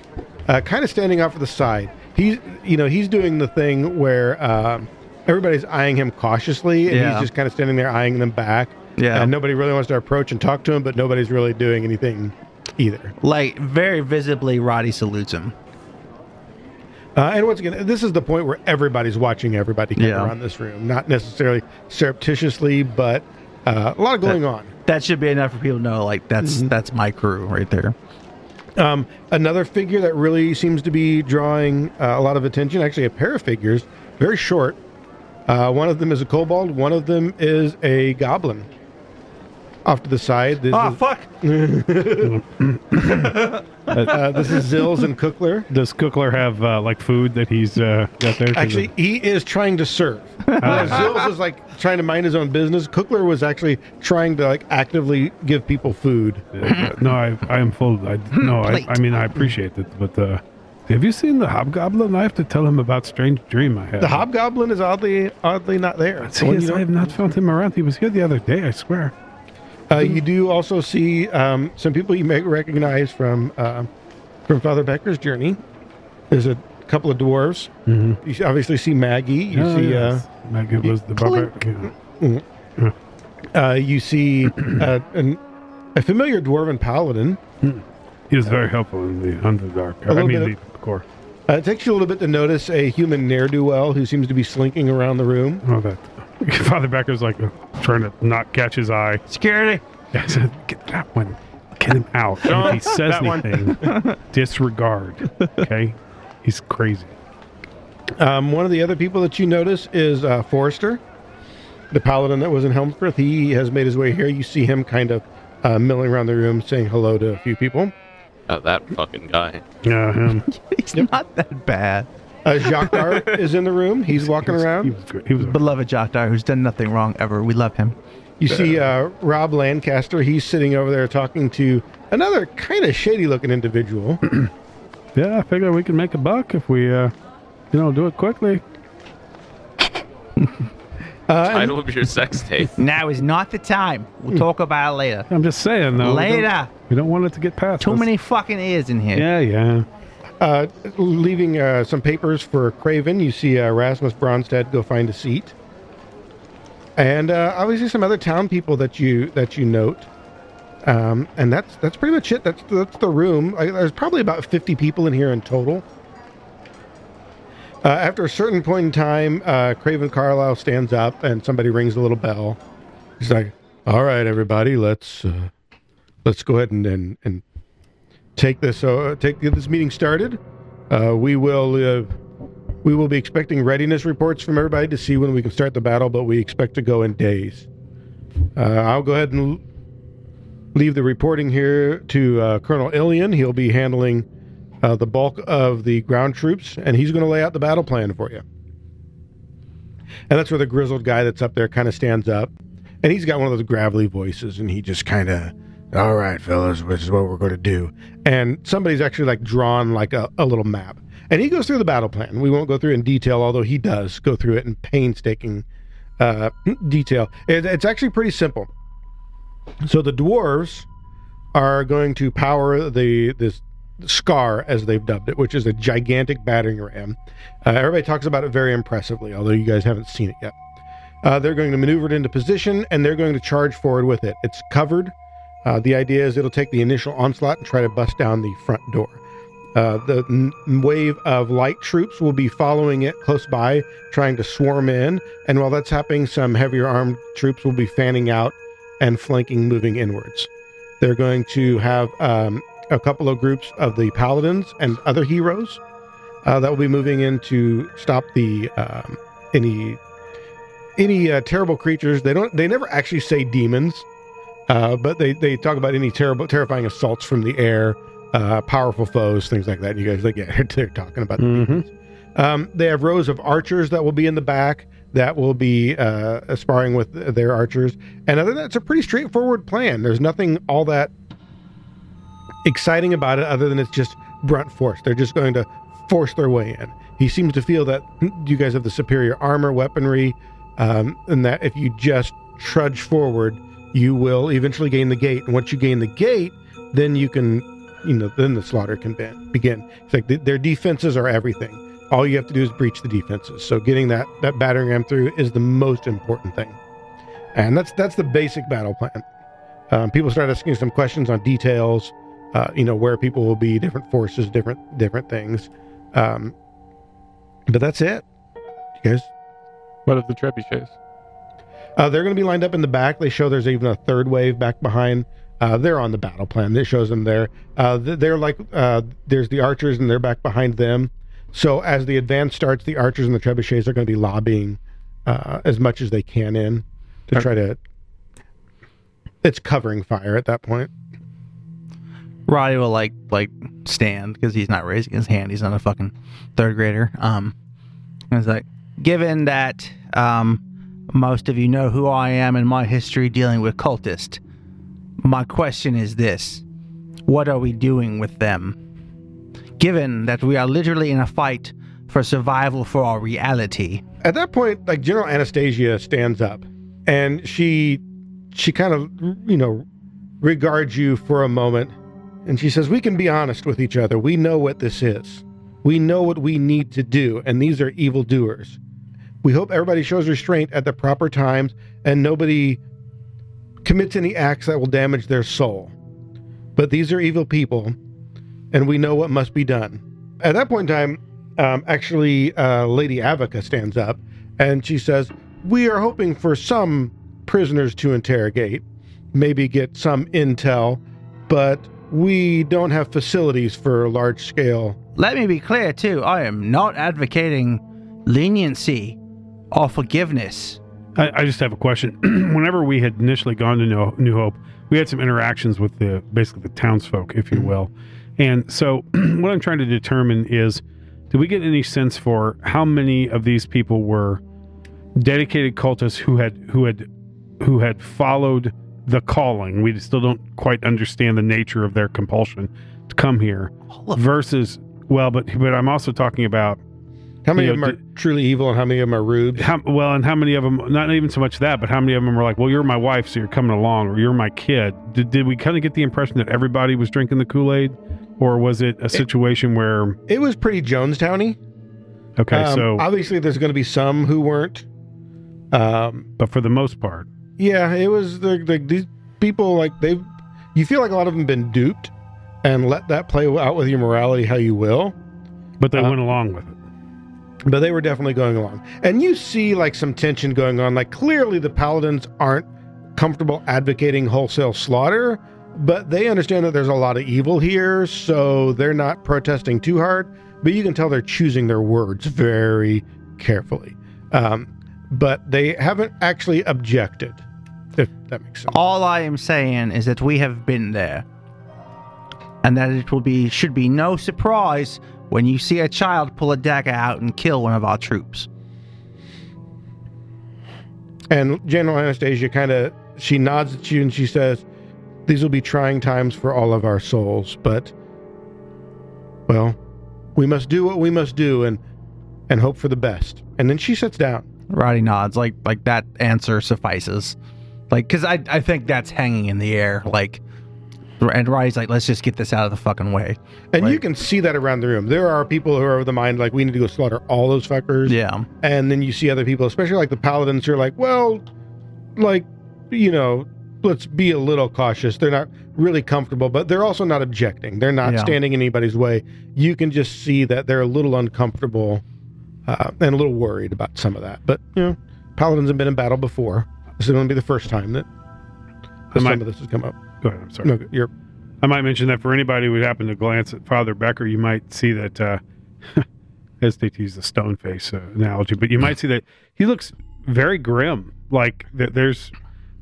Speaker 3: uh, kind of standing off to the side. He's, you know, he's doing the thing where um, everybody's eyeing him cautiously, and
Speaker 2: Yeah.
Speaker 3: he's just kind of standing there eyeing them back.
Speaker 2: Yeah.
Speaker 3: And nobody really wants to approach and talk to him, but nobody's really doing anything either.
Speaker 2: like very visibly, Roddy salutes him.
Speaker 3: Uh, and once again, this is the point where everybody's watching everybody come
Speaker 2: Yeah.
Speaker 3: around this room, not necessarily surreptitiously, but uh, a lot of going on.
Speaker 2: That should be enough for people to know, like that's that's my crew right there.
Speaker 3: Um, another figure that really seems to be drawing uh, a lot of attention, actually, a pair of figures, very short. Uh, one of them is a kobold, one of them is a goblin. Off to the side, this,
Speaker 2: Ah,
Speaker 3: is,
Speaker 2: fuck!
Speaker 3: uh, this is Zills and Cookler.
Speaker 6: Does Cookler have uh, like food that he's uh, got there? 'Cause
Speaker 3: Actually, he is trying to serve.
Speaker 6: Uh.
Speaker 3: Whereas Zills is like trying to mind his own business. Cookler was actually trying to like actively give people food.
Speaker 6: Uh, no, I, I am full. I,
Speaker 3: Hmm,
Speaker 6: no, I, I
Speaker 2: Plate.
Speaker 6: mean I appreciate it, but uh, have you seen the hobgoblin? I have to tell him about strange dream I had.
Speaker 3: The hobgoblin is oddly, oddly not there.
Speaker 6: See,
Speaker 3: The one you
Speaker 6: yes, I
Speaker 3: don't-
Speaker 6: have not found him around. He was here the other day. I swear.
Speaker 3: Uh, you do also see um, some people you may recognize from uh, from Father Becker's journey. There's a couple of dwarves. You s- obviously see Maggie. You
Speaker 6: Mm-hmm. Oh,
Speaker 3: see
Speaker 6: yes. Like it was the barber. yeah.
Speaker 3: uh, uh, you see uh, an, a familiar dwarven paladin.
Speaker 6: He was very helpful in the Underdark. I
Speaker 3: little
Speaker 6: mean
Speaker 3: bit
Speaker 6: the core.
Speaker 3: Uh, it takes you a little bit to notice a human ne'er do well who seems to be slinking around the room.
Speaker 6: Oh, that. Father Becker's like uh, trying to not catch his eye.
Speaker 2: Security.
Speaker 6: I said, get that one. Get him out. And if he says
Speaker 5: that one.
Speaker 6: anything, disregard. Okay? He's crazy.
Speaker 3: Um, one of the other people that you notice is uh, Forrester, the paladin that was in Helmsworth. He has made his way here. You see him kind of uh, milling around the room, saying hello to a few people.
Speaker 4: Uh, that fucking guy.
Speaker 6: Yeah, him.
Speaker 2: He's not that bad.
Speaker 3: Uh, Jacques is in the room. He's walking
Speaker 6: He
Speaker 3: around.
Speaker 6: was great. He was
Speaker 2: Beloved Jokdar, who's done nothing wrong ever. We love him.
Speaker 3: You see uh, Rob Lancaster. He's sitting over there talking to another kind of shady looking individual.
Speaker 6: yeah, I figure we can make a buck if we, uh, you know, do it quickly.
Speaker 3: Uh,
Speaker 4: Title of your sex tape.
Speaker 2: Now is not the time. We'll talk about it later.
Speaker 6: I'm just saying, though. we don't-
Speaker 2: Later.
Speaker 6: We don't want it to get past
Speaker 2: Too
Speaker 6: us.
Speaker 2: many fucking ears in here.
Speaker 6: Yeah, yeah.
Speaker 3: and, uh, leaving uh, some papers for Craven. You see uh, Rasmus Bronstad go find a seat, and uh, obviously some other town people that you that you note. Um, and that's that's pretty much it. That's that's the room. I, there's probably about 50 people in here in total. Uh, after a certain point in time, uh, Craven Carlisle stands up and somebody rings a little bell. He's like, "All right, everybody, let's uh, let's go ahead and and, and take this uh, take get this meeting started. Uh, we will uh, we will be expecting readiness reports from everybody to see when we can start the battle, but we expect to go in days. Uh, I'll go ahead and l- leave the reporting here to uh, Colonel Ilian. He'll be handling uh, the bulk of the ground troops, and he's going to lay out the battle plan for you. And that's where the grizzled guy that's up there kind of stands up, and he's got one of those gravelly voices, and he just kind of, all right, fellas, this is what we're going to do. And somebody's actually like drawn like a, a little map, and he goes through the battle plan. We won't go through it in detail, although he does go through it in painstaking uh, detail. It, it's actually pretty simple. So the dwarves are going to power the this scar as they've dubbed it, which is a gigantic battering ram. Uh, everybody talks about it very impressively, although you guys haven't seen it yet. Uh, they're going to maneuver it into position and they're going to charge forward with it. It's covered. Uh, the idea is it'll take the initial onslaught and try to bust down the front door. Uh, the n- wave of light troops will be following it close by, trying to swarm in. And while that's happening, some heavier armed troops will be fanning out and flanking moving inwards. They're going to have um, a couple of groups of the paladins and other heroes uh, that will be moving in to stop the um, any any uh, terrible creatures. They don't. They never actually say demons, uh, but they they talk about any terrible, terrifying assaults from the air, uh, powerful foes, things like that. And you guys, like, yeah, they're talking about. the
Speaker 6: Mm-hmm.
Speaker 3: um, they have rows of archers that will be in the back that will be uh, sparring with their archers. And other than that, it's a pretty straightforward plan. There's nothing all that exciting about it other than it's just brunt force. They're just going to force their way in. He seems to feel that you guys have the superior armor, weaponry, um, and that if you just trudge forward, you will eventually gain the gate. And once you gain the gate, then you can, you know, then the slaughter can be- begin. It's like th- their defenses are everything. All you have to do is breach the defenses. So getting that that battering ram through is the most important thing, and that's that's the basic battle plan. Um, people start asking some questions on details, uh, you know, where people will be, different forces, different different things. Um, but that's it. You guys,
Speaker 5: What of the trebuchets?
Speaker 3: uh, they're going to be lined up in the back. They show there's even a third wave back behind. Uh, they're on the battle plan. It shows them there. Uh, th- they're like uh, there's the archers and they're back behind them. So as the advance starts, the archers and the trebuchets are going to be lobbying uh, as much as they can in to try to. It's covering fire at that point.
Speaker 2: Roddy will like like stand because he's not raising his hand. He's not a fucking third grader. Um, and it's like, given that um, most of you know who I am and my history dealing with cultists, my question is this: What are we doing with them? Given that we are literally in a fight for survival for our reality,
Speaker 3: at that point like general anastasia stands up and she she kind of you know regards you for a moment and she says we can be honest with each other we know what this is we know what we need to do and these are evil doers we hope everybody shows restraint at the proper times and nobody commits any acts that will damage their soul but these are evil people and we know what must be done at that point in time um, actually, uh, Lady Avica stands up and she says, We are hoping for some prisoners to interrogate, maybe get some intel, but we don't have facilities for large scale.
Speaker 2: Let me be clear, too. I am not advocating leniency or forgiveness.
Speaker 6: I, I just have a question. Whenever we had initially gone to New, New Hope, we had some interactions with the basically the townsfolk, if you will. And so, what I'm trying to determine is, do we get any sense for how many of these people were dedicated cultists who had who had who had followed the calling? We still don't quite understand the nature of their compulsion to come here versus well, but but I'm also talking about
Speaker 3: How many
Speaker 6: Yeah,
Speaker 3: of them are truly evil and how many of them are rubes?
Speaker 6: how well and how many of them not even so much that but how many of them were like well you're my wife so you're coming along or you're my kid did, did we kind of get the impression that everybody was drinking the kool-aid or was it a situation where
Speaker 3: It was pretty Jonestowny.
Speaker 6: okay
Speaker 3: Um,
Speaker 6: so
Speaker 3: obviously, there's going to be some who weren't. Um,
Speaker 6: but for the most part
Speaker 3: Yeah, it was like the, these people like they've. You feel like a lot of them been duped, and let that play out with your morality how you will.
Speaker 6: but they
Speaker 3: Uh,
Speaker 6: went along with it
Speaker 3: But they were definitely going along, and you see like some tension going on. Like clearly, the paladins aren't comfortable advocating wholesale slaughter, but they understand that there's a lot of evil here, so they're not protesting too hard. But you can tell they're choosing their words very carefully. Um, but they haven't actually objected, if that makes sense.
Speaker 2: All I am saying is that we have been there. And that it will be should be no surprise when you see a child pull a dagger out and kill one of our troops.
Speaker 3: And General Anastasia kind of she nods at you and she says, "These will be trying times for all of our souls, but well, we must do what we must do and and hope for the best." And then she sits down.
Speaker 2: Roddy nods, like like that answer suffices. Like, cause I I think that's hanging in the air. Like, and Roddy's like, let's just get this out of the fucking way.
Speaker 3: And you
Speaker 2: Right.
Speaker 3: can see that around the room. There are people who are of the mind like we need to go slaughter all those fuckers.
Speaker 2: Yeah.
Speaker 3: And then you see other people, especially like the paladins, who are like, well, like, you know, let's be a little cautious. They're not really comfortable, but they're also not objecting. They're not
Speaker 2: Yeah.
Speaker 3: standing in anybody's way. You can just see that they're a little uncomfortable uh, and a little worried about some of that. But, you know, paladins have been in battle before. This is going to be the first time that
Speaker 6: I
Speaker 3: some
Speaker 6: might-
Speaker 3: of this has come up.
Speaker 6: go ahead i'm sorry
Speaker 3: No, you're
Speaker 6: i might mention that for anybody who would happen to glance at father becker you might see that uh hesitate to use the stone face uh, analogy but you might see that he looks very grim like th- there's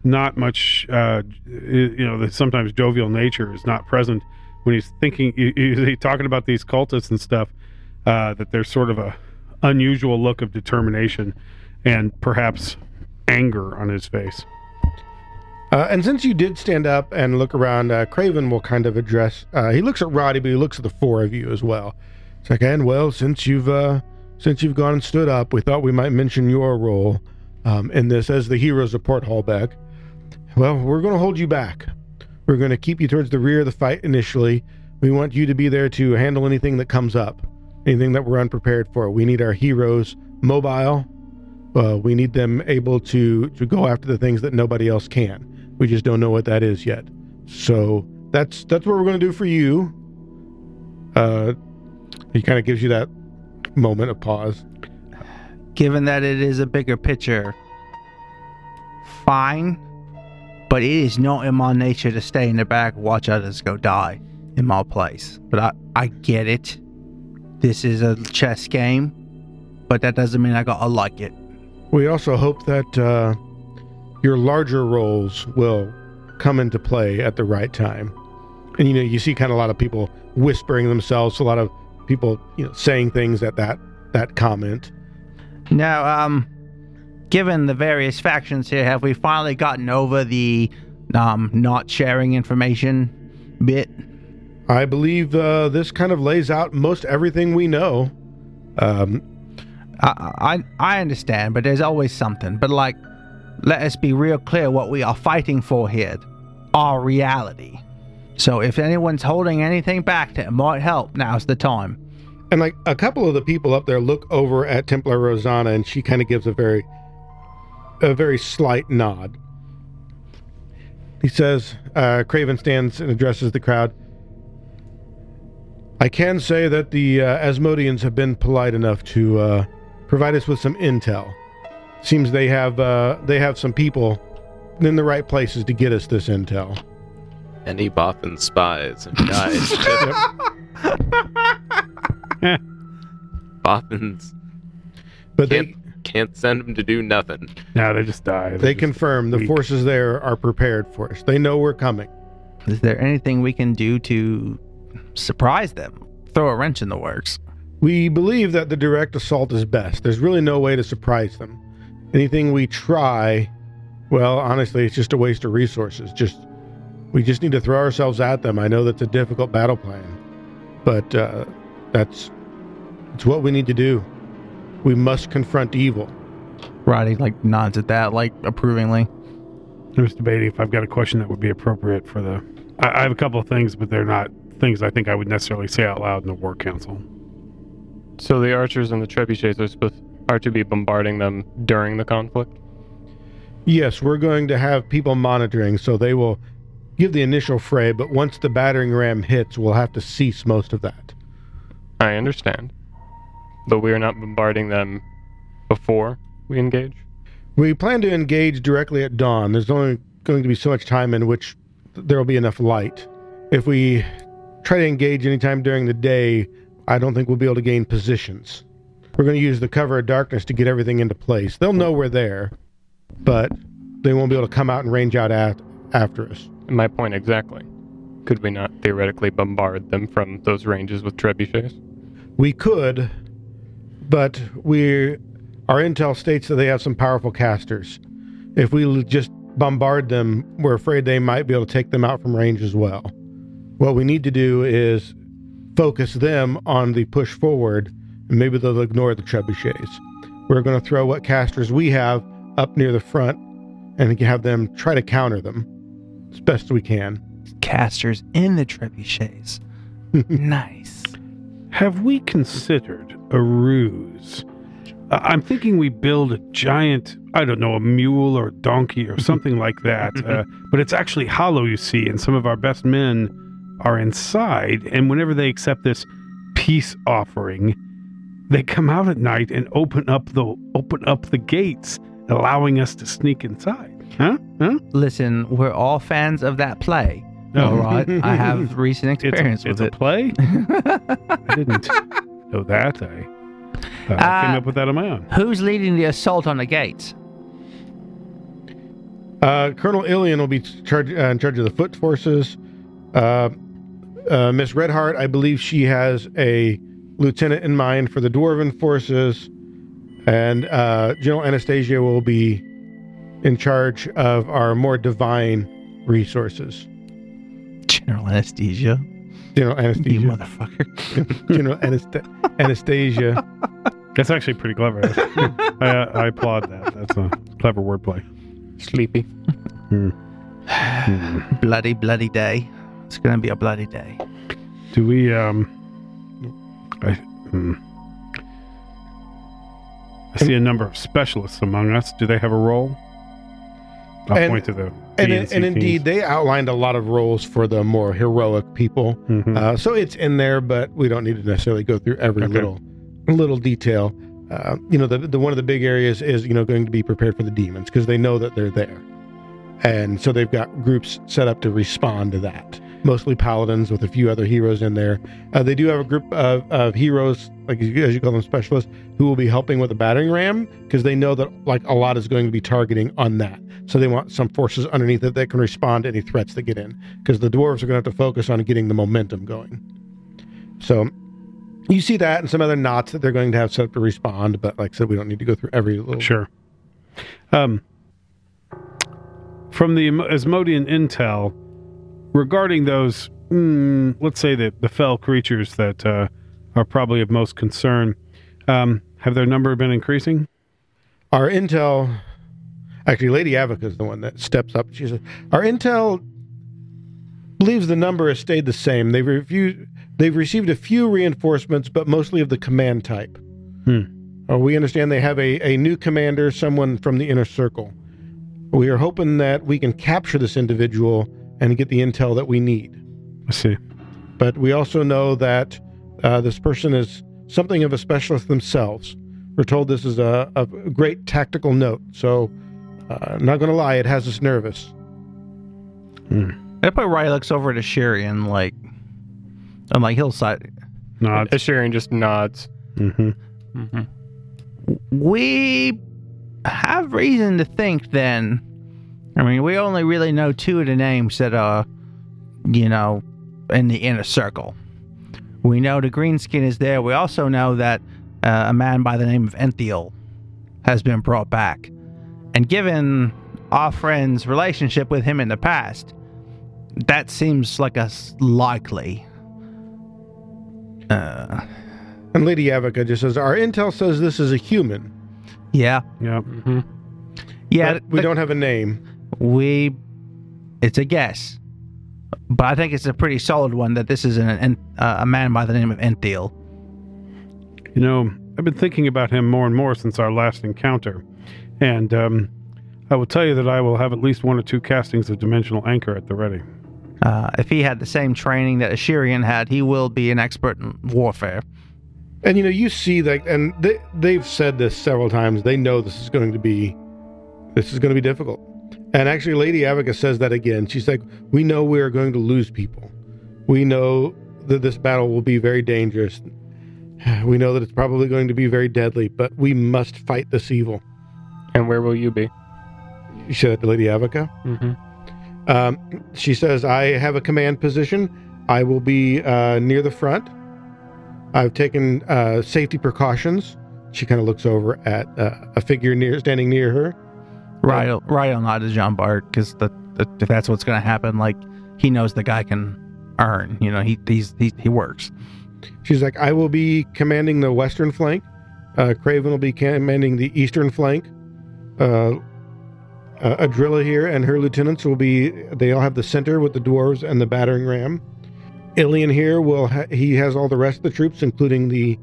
Speaker 6: not much uh you know the sometimes jovial nature is not present when he's thinking he- he- he's talking about these cultists and stuff uh that there's sort of a unusual look of determination and perhaps anger on his face
Speaker 3: Uh, and since you did stand up and look around, uh, Craven will kind of address. Uh, he looks at Roddy, but he looks at the four of you as well. It's like, and well, since you've uh, since you've gone and stood up, we thought we might mention your role um, in this as the heroes of Port Hallbeck. Well, we're going to hold you back. We're going to keep you towards the rear of the fight initially. We want you to be there to handle anything that comes up, anything that we're unprepared for. We need our heroes mobile. Uh, we need them able to to go after the things that nobody else can. We just don't know what that is yet. So that's that's what we're going to do for you. Uh, he kind of gives you that moment of pause.
Speaker 2: Given that it is a bigger picture, fine, but it is not in my nature to stay in the back, watch others go die in my place. But I, I get it. This is a chess game, but that doesn't mean I gotta like it.
Speaker 3: We also hope that uh, your larger roles will come into play at the right time. And you know, you see kind of a lot of people whispering themselves, a lot of people, you know, saying things at that that comment.
Speaker 2: Now, um, given the various factions here, have we finally gotten over the um, not sharing information bit?
Speaker 3: I believe uh, this kind of lays out most everything we know. Um,
Speaker 2: I, I I understand, but there's always something. But like, let us be real clear what we are fighting for here, our reality. So if anyone's holding anything back that might help, now's the time.
Speaker 3: And like a couple of the people up there look over at Templar Rosanna, and she kind of gives a very, a very slight nod. He says, uh, Craven stands and addresses the crowd. I can say that the uh, Asmodians have been polite enough to uh, provide us with some intel. Seems they have uh, they have some people in the right places to get us this intel.
Speaker 4: Any Bothan spies have died. Bothans
Speaker 3: But they,
Speaker 4: can't, can't send them to do nothing.
Speaker 6: No, they just die. They're
Speaker 3: They
Speaker 6: just
Speaker 3: confirm the
Speaker 6: weak.
Speaker 3: forces there are prepared for us. They know we're coming.
Speaker 2: Is there anything we can do to surprise them? Throw a wrench in the works.
Speaker 3: We believe that the direct assault is best. There's really no way to surprise them. Anything we try, well, honestly, it's just a waste of resources. Just we just need to throw ourselves at them. I know that's a difficult battle plan, but uh, that's it's what we need to do. We must confront evil.
Speaker 2: Roddy like nods at that, like approvingly.
Speaker 6: I was debating if I've got a question that would be appropriate for the. I, I have a couple of things, but they're not things I think I would necessarily say out loud in the war council.
Speaker 5: So the archers and the trebuchets are supposed are to be bombarding them during the conflict.
Speaker 3: Yes, we're going to have people monitoring, so they will give the initial fray, but once the battering ram hits, we'll have to cease most of that.
Speaker 5: I understand, but we are not bombarding them before we engage.
Speaker 3: We plan to engage directly at dawn. There's only going to be so much time in which th- there will be enough light. If we try to engage anytime during the day, I don't think we'll be able to gain positions. We're going to use the cover of darkness to get everything into place. They'll know we're there, but they won't be able to come out and range out at, after us.
Speaker 5: My point exactly. Could we not theoretically bombard them from those ranges with trebuchets?
Speaker 3: We could, but we our intel states that they have some powerful casters. If we l- just bombard them, we're afraid they might be able to take them out from range as well. What we need to do is focus them on the push forward, and maybe they'll ignore the trebuchets. We're going to throw what casters we have up near the front and have them try to counter them as best we can.
Speaker 2: Casters in the trebuchets. nice.
Speaker 6: Have we considered a ruse? I- I'm thinking we build a giant, I don't know, a mule or a donkey or something like that. Uh, but it's actually hollow, you see, and some of our best men are inside. And whenever they accept this peace offering, they come out at night and open up the open up the gates, allowing us to sneak inside. Huh? Huh?
Speaker 2: Listen, we're all fans of that play. All right, I have recent
Speaker 6: It's,
Speaker 2: experience with
Speaker 6: it's a
Speaker 2: it.
Speaker 6: play. I didn't know that. I uh, came
Speaker 2: Uh,
Speaker 6: up with that on my own.
Speaker 2: Who's leading the assault on the gates?
Speaker 3: Uh, Colonel Ilian will be charge, uh, in charge of the foot forces. Uh, uh, Miss Redheart, I believe she has a lieutenant in mind for the dwarven forces, and uh, General Anastasia will be in charge of our more divine resources.
Speaker 2: General anesthesia.
Speaker 3: General
Speaker 2: You
Speaker 3: anesthesia.
Speaker 2: motherfucker.
Speaker 3: General anest- anesthesia.
Speaker 6: That's actually pretty clever. That's- I, uh, I applaud that. That's a clever wordplay.
Speaker 5: Sleepy.
Speaker 2: Bloody, bloody day. It's gonna be a bloody day.
Speaker 6: Do we? Um, I, hmm. I see a number of specialists among us. Do they have a role? I'll
Speaker 3: And-
Speaker 6: point to the
Speaker 3: And,
Speaker 6: DNC
Speaker 3: and indeed,
Speaker 6: teams.
Speaker 3: they outlined a lot of roles for the more heroic people.
Speaker 6: Mhm.
Speaker 3: Uh, so it's in there, but we don't need to necessarily go through every
Speaker 6: Okay.
Speaker 3: little little detail. Uh, you know, the, the one of the big areas is you know going to be prepared for the demons because they know that they're there, and so they've got groups set up to respond to that. Mostly paladins with a few other heroes in there. Uh, they do have a group of, of heroes, like you- as you call them, specialists, who will be helping with the battering ram because they know that like a lot is going to be targeting on that. So they want some forces underneath it that can respond to any threats that get in because the dwarves are going to have to focus on getting the momentum going. So you see that and some other knots that they're going to have set up to respond, but like I said, we don't need to go through every little.
Speaker 6: Sure. Um, from the Am- Asmodean intel regarding those, mm, let's say the the fell creatures that uh, are probably of most concern, um, have their number been increasing?
Speaker 3: Our intel, actually, Lady Avica is the one that steps up. She says, "Our intel believes the number has stayed the same. They've reviewed, they've received a few reinforcements, but mostly of the command type.
Speaker 6: Hmm.
Speaker 3: Uh, we understand they have a, a new commander, someone from the inner circle. We are hoping that we can capture this individual and get the intel that we need."
Speaker 6: I see.
Speaker 3: but we also know that uh, this person is something of a specialist themselves. We're told this is a, a great tactical note, so uh, not going to lie, it has us nervous.
Speaker 2: That point Riley looks over to Sherry and like on like hillside.
Speaker 6: Nods.
Speaker 5: Asharian just nods.
Speaker 6: hmm
Speaker 2: We have reason to think then. I mean, we only really know two of the names that are, you know, in the inner circle. We know the Greenskin is there. We also know that uh, a man by the name of Enthiel has been brought back. And given our friend's relationship with him in the past, that seems like a s- likely. Uh,
Speaker 3: And Lady Avica just says, Our intel says this is a human.
Speaker 2: yeah.
Speaker 6: Yeah.
Speaker 2: Yeah.
Speaker 3: but we
Speaker 2: the-
Speaker 3: don't have a name.
Speaker 2: We, it's a guess, but I think it's a pretty solid one that this is an, an uh, a man by the name of Enthiel.
Speaker 6: You know, I've been thinking about him more and more since our last encounter, and um, I will tell you that I will have at least one or two castings of Dimensional Anchor at the ready.
Speaker 2: Uh, if he had the same training that Ashirian had, he will be an expert in warfare.
Speaker 3: And you know, you see that, and they, they've said this several times. They know this is going to be, this is going to be difficult. And actually, Lady Avica says that again. She's like, We know we are going to lose people. We know that this battle will be very dangerous. We know that it's probably going to be very deadly, but we must fight this evil.
Speaker 5: And where will you be?
Speaker 3: You said that to Lady Avica.
Speaker 5: Mm-hmm.
Speaker 3: Um, she says, I have a command position. I will be uh, near the front. I've taken uh, safety precautions. She kind of looks over at uh, a figure near standing near her.
Speaker 2: Right, right on not to Jean Bart because the, the, if that's what's going to happen, like he knows the guy can earn. You know, he he's, he he works.
Speaker 3: She's like, I will be commanding the western flank. Uh, Craven will be commanding the eastern flank. Uh, uh, Adrilla here and her lieutenants will be. They all have the center with the dwarves and the battering ram. Ilian here will. Ha- he has all the rest of the troops, including the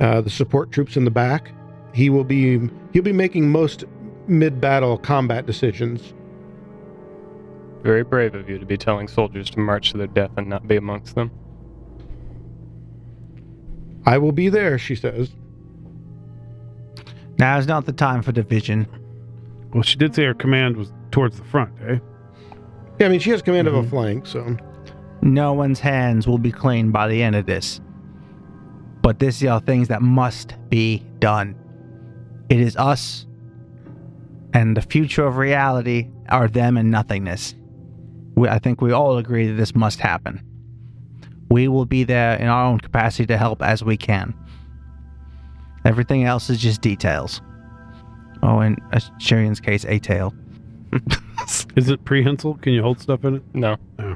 Speaker 3: uh, the support troops in the back. He will be. He'll be making most mid battle combat decisions.
Speaker 5: Very brave of you to be telling soldiers to march to their death and not be amongst them.
Speaker 3: I will be there, she says.
Speaker 2: Now is not the time for division.
Speaker 6: Well, she did say her command was towards the front, eh?
Speaker 3: Yeah, I mean, she has command of a flank, so.
Speaker 2: No one's hands will be clean by the end of this. But this are things that must be done. It is us and the future of reality are them and nothingness. We, I think we all agree that this must happen. We will be there in our own capacity to help as we can. Everything else is just details. Oh, in Assyrian's case, a tail.
Speaker 6: Is it prehensile? Can you hold stuff in it?
Speaker 5: No.
Speaker 6: Oh.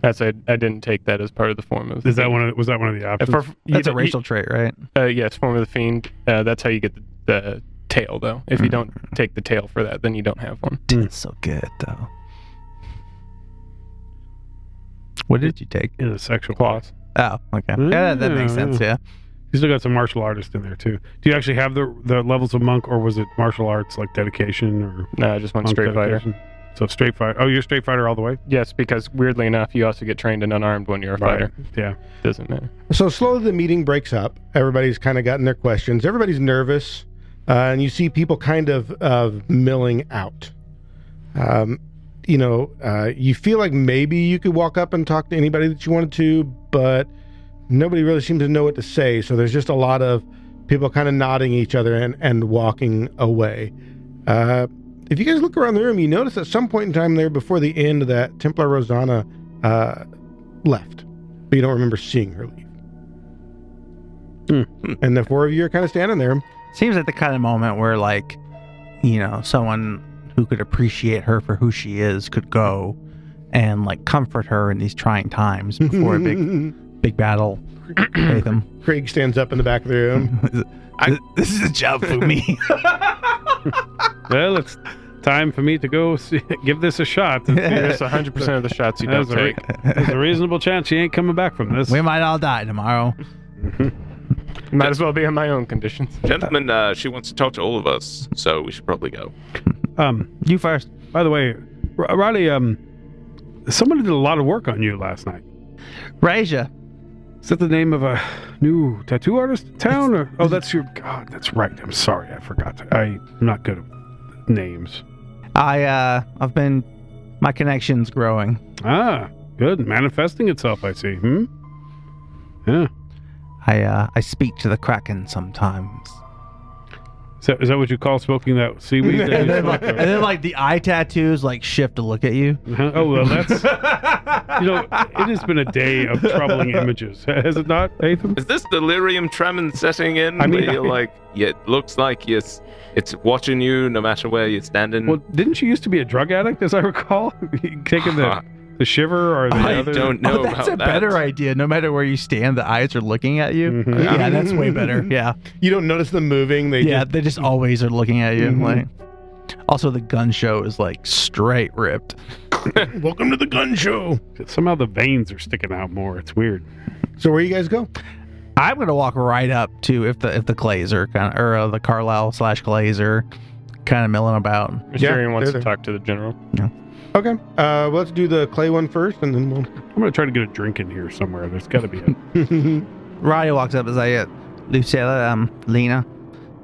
Speaker 5: That's I, I didn't take that as part of the form of. the
Speaker 6: Is that
Speaker 5: fiend.
Speaker 6: one? Of, was that one of the
Speaker 5: Uh,
Speaker 6: options?
Speaker 5: for- you
Speaker 2: That's a
Speaker 5: don't-
Speaker 2: racial trait, right?
Speaker 5: You, uh, yeah, it's form of the fiend. Uh, that's how you get the, the tail, though.
Speaker 6: Mm.
Speaker 5: If you don't take the tail for that, then you don't have one.
Speaker 2: It's so good though. What did you take?
Speaker 6: in a sexual
Speaker 5: Claws.
Speaker 2: Oh, okay. Yeah, that, that makes sense. Yeah.
Speaker 6: You still got some martial artist in there too. Do you actually have the the levels of monk, or was it martial arts like dedication or
Speaker 5: No, I just went
Speaker 6: monk
Speaker 5: straight fighter.
Speaker 6: dedication? So straight fighter. Oh, you're a straight fighter all the way.
Speaker 5: Yes, because weirdly enough, you also get trained and unarmed when you're a fighter.
Speaker 6: Yeah.
Speaker 5: Doesn't matter.
Speaker 3: So slowly the meeting breaks up. Everybody's kind of gotten their questions. Everybody's nervous, uh, and you see people kind of uh, milling out. Um, you know, uh, you feel like maybe you could walk up and talk to anybody that you wanted to, but nobody really seems to know what to say. So there's just a lot of people kind of nodding each other and, and walking away. Uh, if you guys look around the room, you notice at some point in time there before the end that Templar Rosanna uh, left, but you don't remember seeing her leave. And the four of you are kind of standing there.
Speaker 2: Seems like the kind of moment where like, you know, someone who could appreciate her for who she is could go and like comfort her in these trying times before a big big battle. Fathom.
Speaker 3: Craig stands up in the back of the room.
Speaker 2: this is a job for me.
Speaker 6: Well, it's time for me to go see, give this a shot. and see
Speaker 5: That's
Speaker 6: if-
Speaker 5: 100% of the shots you don't
Speaker 6: There's a, re-
Speaker 5: take.
Speaker 6: there's a reasonable chance she ain't coming back from this.
Speaker 2: we might all die tomorrow.
Speaker 5: Might as well be in my own conditions.
Speaker 4: Gentlemen, uh, she wants to talk to all of us, so we should probably go.
Speaker 6: Um,
Speaker 2: You first.
Speaker 6: by the way, R- Riley, um, someone did a lot of work on you last night.
Speaker 2: Raja.
Speaker 6: Is that the name of a new tattoo artist in town? Or, oh, that's your God. That's right. I'm sorry, I forgot. I, I'm not good at names.
Speaker 2: I uh I've been my connection's growing.
Speaker 6: Ah, good. Manifesting itself. I see. Hmm. Yeah.
Speaker 2: I uh I speak to the Kraken sometimes.
Speaker 6: Is that, is that what you call smoking that seaweed? that
Speaker 2: and
Speaker 6: you
Speaker 2: then like,
Speaker 6: smoke?
Speaker 2: and then like the eye tattoos like shift to look at you.
Speaker 6: Uh-huh. Oh well, that's you know, it has been a day of troubling images, has it not, Atham?
Speaker 4: Is this delirium tremens setting in?
Speaker 6: I mean,
Speaker 4: where you're
Speaker 6: I-
Speaker 4: like, yeah, it looks like it's, it's watching you no matter where you're standing.
Speaker 6: Well, didn't you used to be a drug addict, as I recall, taking the the shiver or the
Speaker 4: I
Speaker 6: other?
Speaker 4: don't know
Speaker 2: oh, that's
Speaker 4: about
Speaker 2: a
Speaker 4: that.
Speaker 2: better idea. No matter where you stand, the eyes are looking at you.
Speaker 6: Mhm.
Speaker 2: Mm-hmm. Yeah, that's way better. Yeah,
Speaker 3: You don't notice them moving. They
Speaker 2: yeah,
Speaker 3: just,
Speaker 2: they just Mm-hmm. always are looking at you. Like, also the gun show is like straight ripped.
Speaker 3: welcome to the gun show.
Speaker 6: Somehow the veins are sticking out more. It's weird.
Speaker 3: So where you guys go?
Speaker 2: I'm gonna walk right up to if the if the Clays are kind of or uh, the Carlisle slash Clays are kind of milling about.
Speaker 5: Mysterion wants
Speaker 3: they're
Speaker 5: to talk to the general.
Speaker 3: Okay. Uh, well, let's do the clay one first, and then we'll.
Speaker 6: I'm gonna try to get a drink in here somewhere. There's got to be a
Speaker 2: Roddy walks up and says, uh, Lucilla, um, Lena,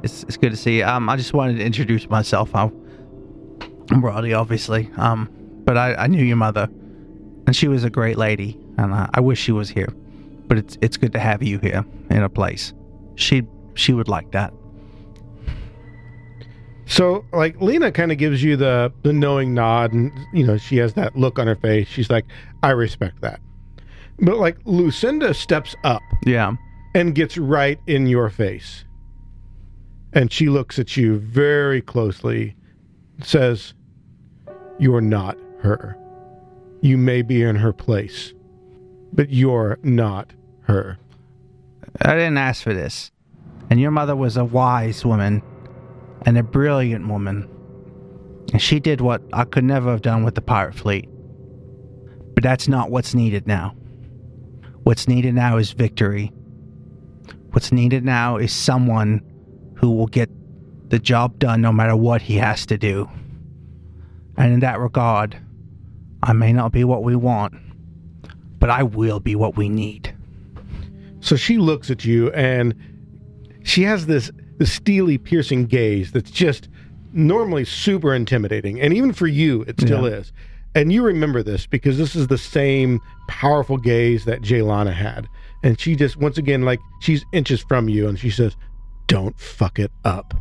Speaker 2: it's, it's good to see you. Um, I just wanted to introduce myself. I'm, I'm Roddy, obviously, um, but I, I knew your mother, and she was a great lady, and uh, I, I wish she was here. But it's it's good to have you here in a place. She she would like that.
Speaker 3: So like Lena kind of gives you the the knowing nod, and you know she has that look on her face. She's like, I respect that. But like Lucinda steps up
Speaker 2: Yeah.
Speaker 3: and gets right in your face, and she looks at you very closely, says, "You're not her. You may be in her place, but you're not her."
Speaker 2: I didn't ask for this. And your mother was a wise woman and a brilliant woman. And she did what I could never have done with the pirate fleet. But that's not what's needed now. What's needed now is victory. What's needed now is someone who will get the job done no matter what he has to do. And in that regard, I may not be what we want, but I will be what we need.
Speaker 3: So she looks at you and she has this, this steely, piercing gaze that's just normally super intimidating. And even for you, it still is. And you remember this because this is the same powerful gaze that Jaylana had. And she just, once again, like she's inches from you and she says, Don't fuck it up.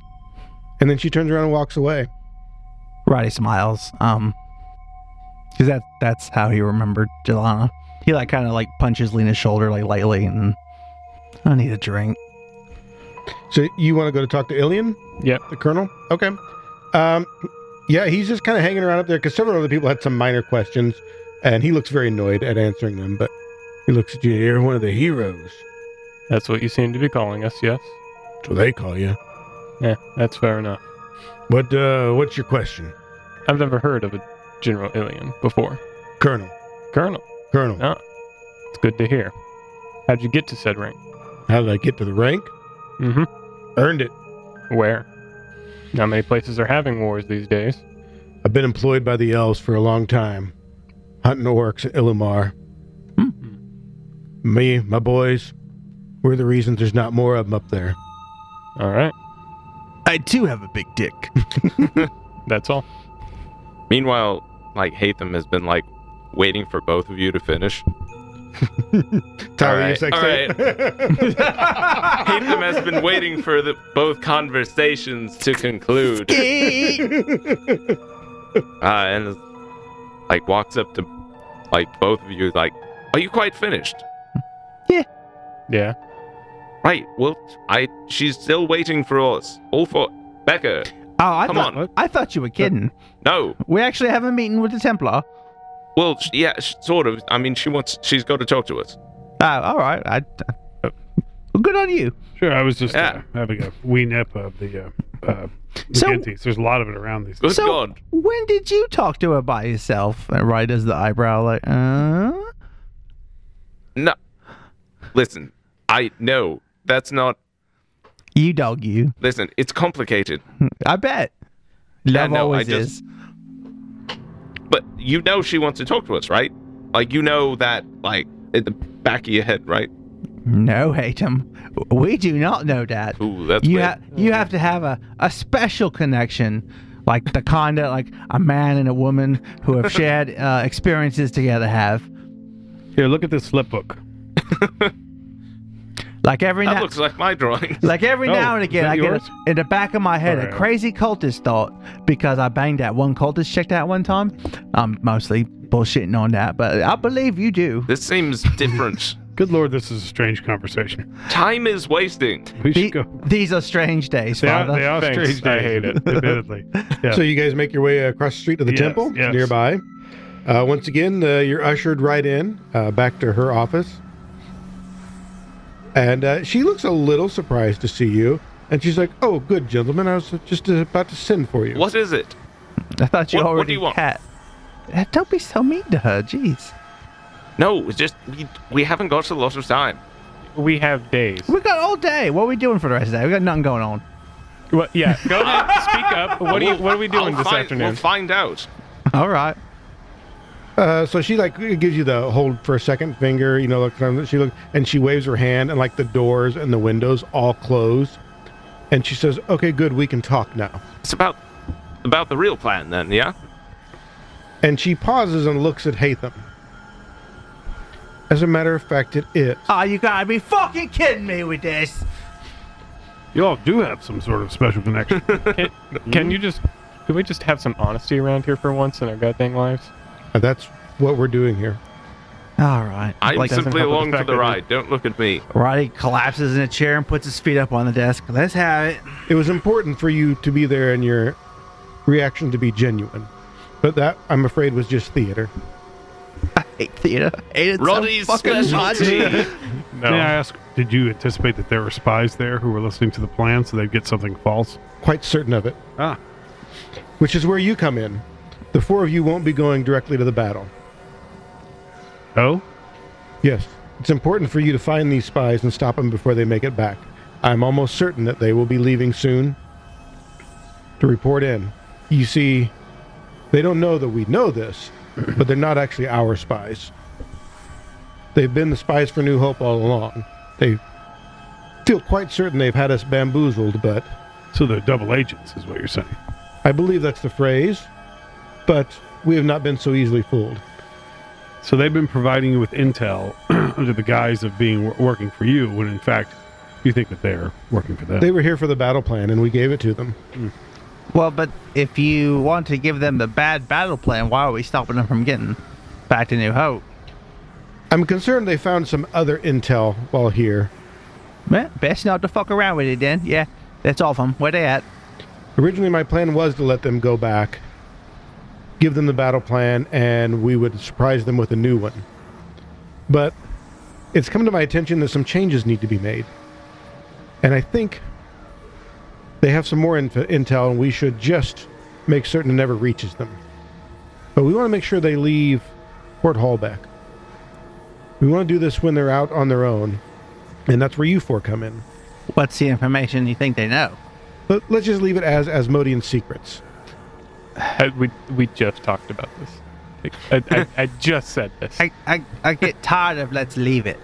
Speaker 3: And then she turns around and walks away.
Speaker 2: Roddy smiles. Um, because that that's how he remembered Jelana. He like kind of like punches Lena's shoulder like lightly, and I need a drink.
Speaker 3: So you want to go to talk to Ilian?
Speaker 5: Yep.
Speaker 3: The colonel? Okay. Um, Yeah, he's just kind of hanging around up there because several other people had some minor questions, and he looks very annoyed at answering them. But he looks at you. You're one of the heroes,
Speaker 5: That's what you seem to be calling us, yes?
Speaker 3: so they call you.
Speaker 5: Yeah, that's fair enough.
Speaker 3: What? Uh, what's your question,
Speaker 5: I've never heard of a General Ilian before.
Speaker 3: Colonel?
Speaker 5: Colonel,
Speaker 3: Colonel,
Speaker 5: No. it's good to hear. How'd you get to said rank?
Speaker 3: how did I get to the rank?
Speaker 5: Mm-hmm.
Speaker 3: Earned it.
Speaker 5: Where? Not many places are having wars these days.
Speaker 3: I've been employed by the elves for a long time, hunting orcs at Illumar. Me, my boys, we're the reasons there's not more of them up there.
Speaker 5: All right,
Speaker 2: I do have a big dick.
Speaker 5: that's all.
Speaker 4: Meanwhile, like Hatham has been like waiting for both of you to finish.
Speaker 3: Tyler,
Speaker 4: All
Speaker 3: you're
Speaker 4: right,
Speaker 3: sexy.
Speaker 4: all Hatham has been waiting for the, both conversations to conclude.
Speaker 2: Oh,
Speaker 4: uh, and like walks up to like both of you like, "Are you quite finished?"
Speaker 5: Yeah.
Speaker 4: Right. Well, I she's still waiting for us. All for Becca.
Speaker 2: Oh, I
Speaker 4: Come
Speaker 2: thought
Speaker 4: on.
Speaker 2: I thought you were kidding.
Speaker 4: No.
Speaker 2: We actually have a meeting with the Templar.
Speaker 4: Well, sh- yeah, sh- sort of. I mean, she wants. She's got to talk to us.
Speaker 2: Uh, all right. I, I- well, good on you.
Speaker 6: Sure, I was just
Speaker 4: Yeah.
Speaker 6: uh, having a wee nip of the, uh, uh, the
Speaker 2: So-
Speaker 6: antiques. There's a lot of it around these.
Speaker 4: Good
Speaker 2: so,
Speaker 4: God.
Speaker 2: when did you talk to her by yourself? And right as the eyebrow, like, uh,
Speaker 4: No. Listen, I no. That's not.
Speaker 2: you dog, you.
Speaker 4: Listen, it's complicated.
Speaker 2: I bet. Love
Speaker 4: no, I
Speaker 2: always is.
Speaker 4: just- But you know she wants to talk to us, right? Like you know that, like at the back of your head, right?
Speaker 2: No, hate him. We do not know that.
Speaker 4: Ooh, that's
Speaker 2: you
Speaker 4: weird.
Speaker 2: ha- you have to have a, a special connection, like the kind of like a man and a woman who have shared uh, experiences together have.
Speaker 6: Here, look at this slip book.
Speaker 2: Like every
Speaker 4: that
Speaker 2: now,
Speaker 4: looks like my drawing.
Speaker 2: like every
Speaker 6: Oh,
Speaker 2: now and
Speaker 6: is
Speaker 2: again,
Speaker 6: that
Speaker 2: I get
Speaker 6: yours?
Speaker 2: in the back of my head a
Speaker 6: Alright.
Speaker 2: crazy cultist thought because I banged that one cultist check that one time. I'm mostly bullshitting on that, but I believe you do.
Speaker 4: this seems different.
Speaker 6: Good lord, this is a strange conversation.
Speaker 4: Time is wasting.
Speaker 6: We
Speaker 2: The-
Speaker 6: should go.
Speaker 2: these are strange days,
Speaker 6: They are,
Speaker 2: Father.
Speaker 6: they are
Speaker 5: Thanks,
Speaker 6: strange.
Speaker 5: I
Speaker 6: days,
Speaker 5: hate it.
Speaker 6: Admittedly. Yeah.
Speaker 3: So you guys make your way across the street to the
Speaker 6: Yes,
Speaker 3: temple
Speaker 6: yes.
Speaker 3: nearby. Uh, once again, uh, you're ushered right in, uh, back to her office, and uh, she looks a little surprised to see you. And she's like, "Oh, good gentlemen, I was just uh, about to send for you."
Speaker 4: What is it?
Speaker 2: I thought you
Speaker 4: What- what do
Speaker 2: already
Speaker 4: you want?
Speaker 2: had. Eh, Don't be so mean to her, jeez.
Speaker 4: No, it's just we we haven't got a lot of time.
Speaker 5: We have days.
Speaker 2: We got all day. What are we doing for the rest of the day? We got nothing going on.
Speaker 5: Well, yeah. Go ahead. Speak up. What are you? What are we doing
Speaker 4: I'll
Speaker 5: this
Speaker 4: find-
Speaker 5: afternoon?
Speaker 4: We'll find out.
Speaker 2: All right.
Speaker 3: Uh, so she like gives you the hold for a second finger, you know, like kind of- she look and she waves her hand, and like the doors and the windows all close, and she says, "Okay, good, we can talk now."
Speaker 4: It's about about the real plan then, yeah?
Speaker 3: And she pauses and looks at Hatham. As a matter of fact, it is.
Speaker 2: Oh, you gotta be fucking kidding me with this.
Speaker 6: you all do have some sort of special connection.
Speaker 5: Can, can you just? Can we just have some honesty around here for once in our goddamn lives?
Speaker 3: Uh, That's what we're doing here.
Speaker 2: All right.
Speaker 4: I'm
Speaker 2: Like,
Speaker 4: simply
Speaker 5: help with the
Speaker 4: along for
Speaker 5: fact
Speaker 4: the
Speaker 5: that we-
Speaker 4: ride. Don't look at me.
Speaker 2: Roddy collapses in a chair and puts his feet up on the desk. Let's have it.
Speaker 3: It was important for you to be there and your reaction to be genuine. But that, I'm afraid, was just theater.
Speaker 2: Hate theater. Hate it so
Speaker 4: Roddy's
Speaker 2: fucking
Speaker 4: specialty.
Speaker 2: much.
Speaker 5: No.
Speaker 6: May I ask, did you anticipate that there were spies there who were listening to the plan so they'd get something false?
Speaker 3: Quite certain of it.
Speaker 6: Ah.
Speaker 3: Which is where you come in. The four of you won't be going directly to the battle.
Speaker 6: Oh?
Speaker 3: Yes, it's important for you to find these spies and stop them before they make it back. I'm almost certain that they will be leaving soon to report in. You see, they don't know that we know this, but they're not actually our spies. They've been the spies for New Hope all along. They feel quite certain they've had us bamboozled, but
Speaker 6: So they're double agents, is what you're saying.
Speaker 3: I believe that's the phrase. But we have not been so easily fooled.
Speaker 6: So they've been providing you with intel under the guise of being working for you, when in fact, you think that they're working for them.
Speaker 3: They were here for the battle plan, and we gave it to them.
Speaker 2: Well, but if you want to give them the bad battle plan, why are we stopping them from getting back to New Hope?
Speaker 3: I'm concerned they found some other intel while here.
Speaker 2: Well, best not to fuck around with it then. Yeah, that's all of them. Where they at?
Speaker 3: Originally, my plan was to let them go back, give them the battle plan, and we would surprise them with a new one. But it's come to my attention that some changes need to be made. And I think they have some more inf- intel, and we should just make certain it never reaches them. But we want to make sure they leave Port Hallback. We want to do this when they're out on their own, and that's where you four come in.
Speaker 2: What's the information you think they know?
Speaker 3: But let's just leave it as Asmodian secrets.
Speaker 5: I, we we just talked about this. I, I, I just said this.
Speaker 2: I, I, I get tired of let's leave it.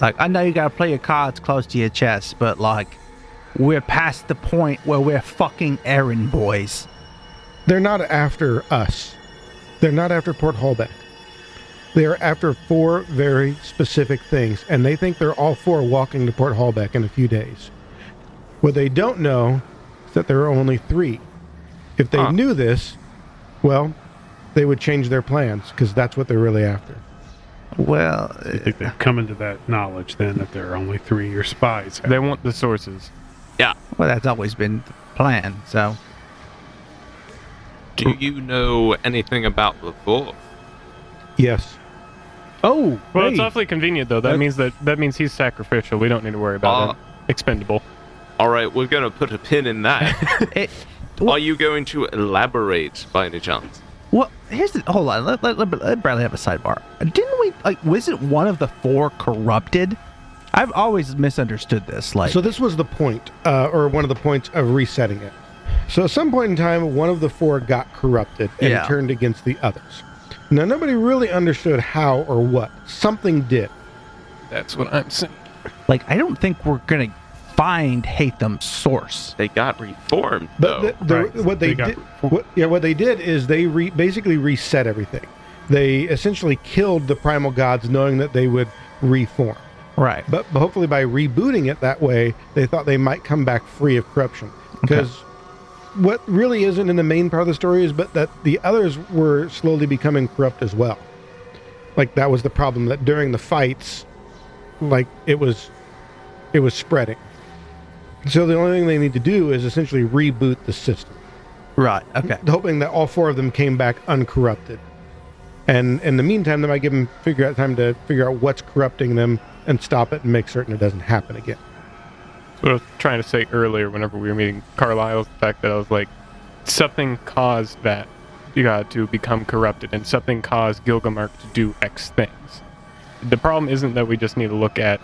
Speaker 2: Like, I know you gotta play your cards close to your chest, but like, we're past the point where we're fucking errand boys.
Speaker 3: They're not after us. They're not after Port Hallback. They are after four very specific things, and they think they're all four walking to Port Hallback in a few days. What they don't know is that there are only three. If they
Speaker 4: Huh.
Speaker 3: knew this, well, they would change their plans because that's what they're really after.
Speaker 2: Well,
Speaker 6: I think they've come into that knowledge then that there are only three your spies.
Speaker 5: They want the sources.
Speaker 2: well, that's always been the plan. So,
Speaker 4: Do you know anything about the fourth?
Speaker 3: Yes.
Speaker 6: oh,
Speaker 5: Well, it's
Speaker 6: hey.
Speaker 5: awfully convenient though. That
Speaker 3: That-
Speaker 5: means that that means he's sacrificial. We don't need to worry about
Speaker 4: Uh,
Speaker 5: it. Expendable.
Speaker 4: All right, we're gonna put a pin in that.
Speaker 2: it,
Speaker 4: Are you going to elaborate by any chance?
Speaker 2: well, here's the hold on. Let, let, let, let Bradley have a sidebar. Didn't we like? Wasn't one of the four corrupted? I've always misunderstood this. Like,
Speaker 3: So this was the point, uh, or one of the points of resetting it. So at some point in time, one of the four got corrupted and
Speaker 2: Yeah.
Speaker 3: turned against the others. Now nobody really understood how or what. Something did.
Speaker 5: That's what I'm saying.
Speaker 2: like I don't think we're gonna find Hatham's source.
Speaker 4: They got reformed,
Speaker 3: But
Speaker 4: though.
Speaker 3: the, the,
Speaker 6: right.
Speaker 3: what they,
Speaker 6: They got
Speaker 3: did, what, yeah, what they did is they re, basically reset everything. They essentially killed the primal gods, knowing that they would reform.
Speaker 2: Right.
Speaker 3: But but hopefully, by rebooting it that way, they thought they might come back free of corruption. Because what really isn't in the main part of the story is, but that the others were slowly becoming corrupt as well. Like that was the problem that during the fights, like it was, it was spreading. So the only thing they need to do is essentially reboot the system
Speaker 2: Right. Okay.
Speaker 3: hoping that all four of them came back uncorrupted. And in the meantime, they might give them figure out time to figure out what's corrupting them and stop it and make certain it doesn't happen again.
Speaker 5: What I was trying to say earlier, whenever we were meeting Carlisle, the fact that I was like, something caused that you got to become corrupted, and something caused Gilgamesh to do X things. The problem isn't that we just need to look at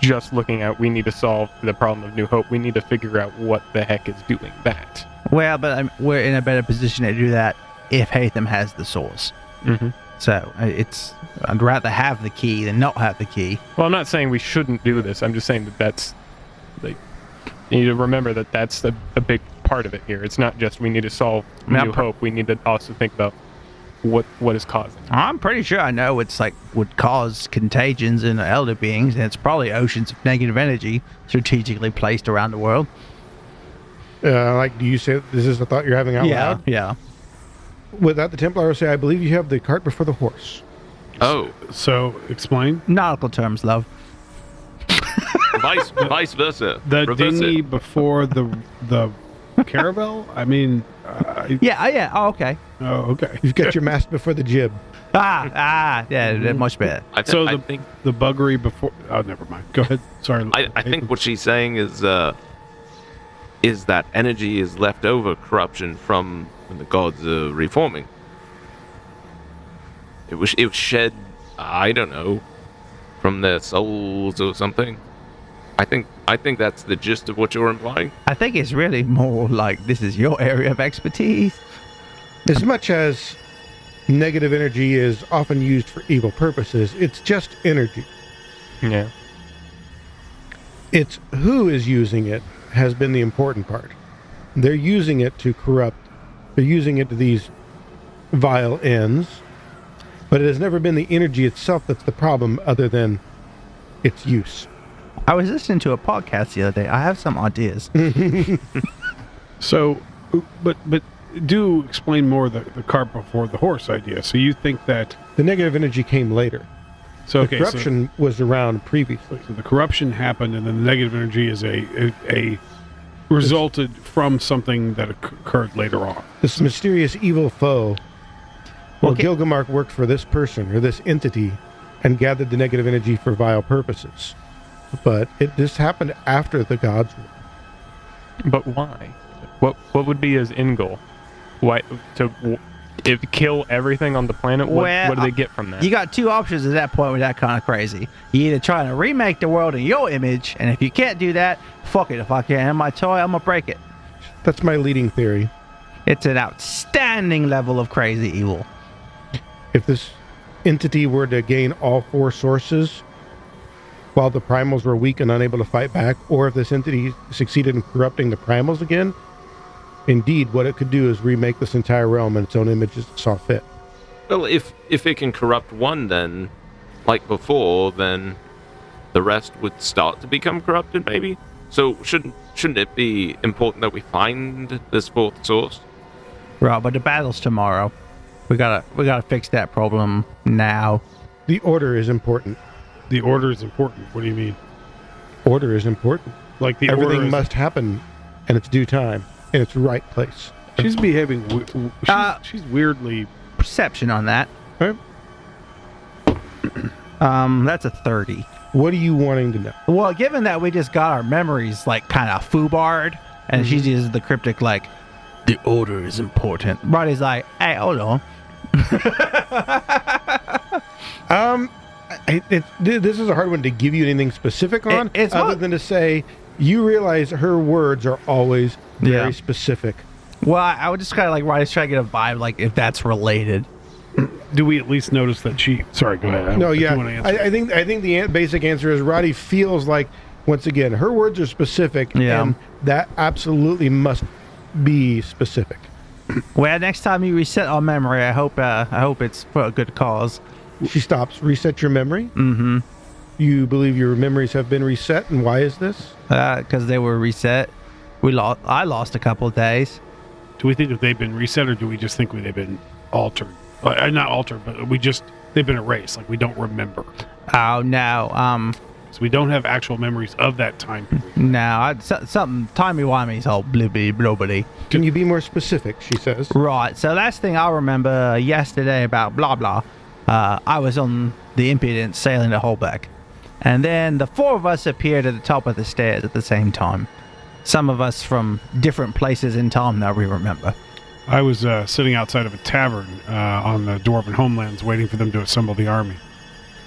Speaker 5: just looking at. We need to solve the problem of New Hope. We need to figure out what the heck is doing that.
Speaker 2: Well, but um, we're in a better position to do that if Hatham has the source.
Speaker 5: Mm-hmm.
Speaker 2: So uh, it's I'd rather have the key than not have the key.
Speaker 5: Well, I'm not saying we shouldn't do this. I'm just saying that that's like you need to remember that that's the, a big part of it here. It's not just we need to solve
Speaker 2: Yeah,
Speaker 5: New
Speaker 2: per-
Speaker 5: Hope. We need to also think about what what is causing. it.
Speaker 2: I'm pretty sure I know it's like would cause contagions in elder beings, and it's probably oceans of negative energy strategically placed around the world.
Speaker 3: Uh, like, do you say this is the thought you're having out loud?
Speaker 2: yeah.
Speaker 3: Without the Templar, say, I believe you have the cart before the horse.
Speaker 4: oh,
Speaker 6: so explain.
Speaker 2: Nautical terms, love.
Speaker 4: vice vice versa.
Speaker 6: The
Speaker 4: Reverse
Speaker 6: dinghy
Speaker 4: it.
Speaker 6: before the the caravel. I mean, I,
Speaker 2: Yeah. Oh, yeah. Oh, okay.
Speaker 6: oh, okay.
Speaker 3: You've got your mast before the jib.
Speaker 2: Ah, ah. Yeah, yeah, much better.
Speaker 4: I, th-
Speaker 6: So
Speaker 4: I
Speaker 6: the
Speaker 4: think
Speaker 6: the buggery before. Oh, never mind. Go ahead. Sorry.
Speaker 4: I, I think what she's saying is uh, is that energy is left over corruption from when the gods are reforming. It was it was shed, I don't know, from their souls or something. I think I think that's the gist of what you're implying.
Speaker 2: I think it's really more like this is your area of expertise.
Speaker 3: As much as negative energy is often used for evil purposes, it's just energy.
Speaker 5: Yeah.
Speaker 3: It's who is using it has been the important part. They're using it to corrupt. They're using it to these vile ends. But it has never been the energy itself that's the problem, other than its use.
Speaker 2: I was listening to a podcast the other day. I have some ideas.
Speaker 6: So, but but do explain more the the cart before the horse idea. So you think that
Speaker 3: The negative energy came later.
Speaker 6: so okay, so-
Speaker 3: Corruption was around previously.
Speaker 6: So the corruption happened, and then the negative energy is a a, a resulted from something that occ- occurred later on.
Speaker 3: This mysterious evil foe Well,
Speaker 2: Okay.
Speaker 3: Gilgamesh worked for this person or this entity and gathered the negative energy for vile purposes. But it this happened after the gods.
Speaker 5: But why? What what would be his end goal? Why to w- if kill everything on the planet? What,
Speaker 2: Well,
Speaker 5: what do
Speaker 2: I-
Speaker 5: they get from that?
Speaker 2: You got two options at that point with that kind of crazy. You either trying to remake the world in your image, and if you can't do that, fuck it. If I can't have my toy, I'm gonna break it.
Speaker 3: That's my leading theory.
Speaker 2: It's an outstanding level of crazy evil.
Speaker 3: If this entity were to gain all four sources while the primals were weak and unable to fight back, or if this entity succeeded in corrupting the primals again, indeed, what it could do is remake this entire realm in its own image as it saw fit.
Speaker 4: Well, if if it can corrupt one, then like before, then the rest would start to become corrupted. Maybe. So shouldn't shouldn't it be important that we find this fourth source?
Speaker 2: Right, but the battle's tomorrow. We gotta we gotta fix that problem now.
Speaker 3: The order is important.
Speaker 6: The order is important. What do you mean?
Speaker 3: Order is important.
Speaker 6: Like the order
Speaker 3: Everything
Speaker 6: is-
Speaker 3: must happen in its due time, in its right place.
Speaker 6: She's behaving. W- w- she's,
Speaker 2: Uh,
Speaker 6: she's weirdly.
Speaker 2: Perception on that.
Speaker 3: Okay.
Speaker 2: Um, that's a thirty.
Speaker 3: What are you wanting to know?
Speaker 2: Well, given that we just got our memories like kind of foobarred, and she uses the cryptic like, the order is important. Roddy's like, hey, hold on.
Speaker 3: Um, I- it, th- this is a hard one to give you anything specific on,
Speaker 2: it's
Speaker 3: other
Speaker 2: not-
Speaker 3: than to say you realize her words are always very
Speaker 2: Yeah.
Speaker 3: specific.
Speaker 2: Well, I, I would just kind of like Roddy's trying to get a vibe like if that's related.
Speaker 6: Do we at least notice that she? Sorry, go ahead. I-
Speaker 3: No,
Speaker 6: I do
Speaker 3: yeah,
Speaker 6: wanna answer.
Speaker 3: I, I think I think the an- basic answer is Roddy feels like once again her words are specific,
Speaker 2: Yeah.
Speaker 3: and that absolutely must be specific.
Speaker 2: Well, next time you reset our memory, I hope uh, I hope it's for a good cause.
Speaker 3: She stops. Reset your memory. Mm-hmm. You believe your memories have been reset, and why is this?
Speaker 2: because Uh, they were reset. We lost. I lost a couple of days.
Speaker 6: do we think that they've been reset, or do we just think we, they've been altered? Like, uh, not altered, but we just they've been erased. Like we don't remember,
Speaker 2: Oh no. Um.
Speaker 6: so we don't have actual memories of that time period.
Speaker 2: No. I, so, something timey wimey's all blibby blobbity.
Speaker 3: Can you be more specific? She says.
Speaker 2: Right. So last thing I remember yesterday about blah blah, uh, I was on the impudent sailing to Holbeck, and then the four of us appeared at the top of the stairs at the same time. Some of us from different places in time that we remember.
Speaker 6: I was uh, sitting outside of a tavern uh, on the Dwarven homelands, waiting for them to assemble the army.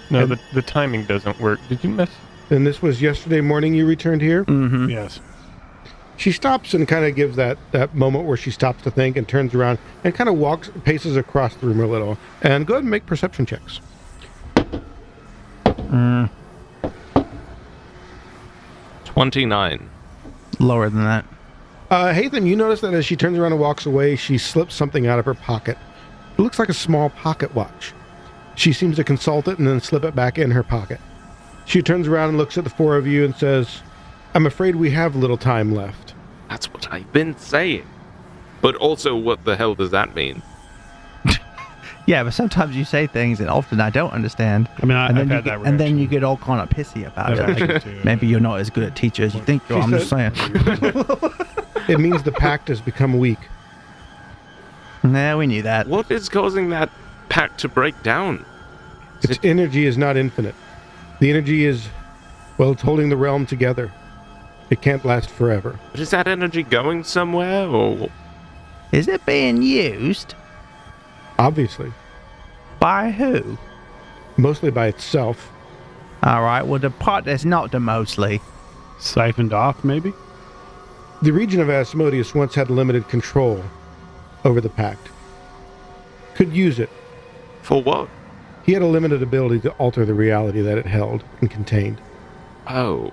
Speaker 5: no, the, the timing doesn't work. Did you miss?
Speaker 3: And this was yesterday morning. You returned here.
Speaker 6: Yes.
Speaker 3: She stops and kind of gives that that moment where she stops to think and turns around and kind of walks paces across the room a little. And go ahead and make perception checks.
Speaker 4: Twenty nine.
Speaker 2: Lower than that.
Speaker 3: Uh, Hathan, you notice that as she turns around and walks away, she slips something out of her pocket. It looks like a small pocket watch. She seems to consult it and then slip it back in her pocket. She turns around and looks at the four of you and says, "I'm afraid we have little time left."
Speaker 4: That's what I've been saying. But also, what the hell does that mean?
Speaker 2: Yeah, but sometimes you say things that often I don't understand.
Speaker 6: I mean, I,
Speaker 2: and
Speaker 6: I've
Speaker 2: then, you
Speaker 6: had
Speaker 2: get,
Speaker 6: that.
Speaker 2: and then
Speaker 6: reaction.
Speaker 2: you get all kind of pissy about
Speaker 6: I've
Speaker 2: it.
Speaker 6: had
Speaker 2: Like,
Speaker 6: that too.
Speaker 2: maybe you're not as good at teacher as you think you are. I'm just saying.
Speaker 6: uh,
Speaker 3: It means the pact has become weak.
Speaker 2: Nah, we knew that.
Speaker 4: What is causing that pact to break down?
Speaker 3: Its energy is not infinite. The energy is, well, it's holding the realm together. It can't last forever.
Speaker 4: But is that energy going somewhere, or
Speaker 2: Is it being used
Speaker 3: Obviously,
Speaker 2: by who?
Speaker 3: mostly by itself.
Speaker 2: All right. Well, the part that's not the mostly.
Speaker 6: siphoned off, maybe.
Speaker 3: The region of Asmodeus once had limited control over the pact. Could use it.
Speaker 4: for what?
Speaker 3: He had a limited ability to alter the reality that it held and contained.
Speaker 4: Oh,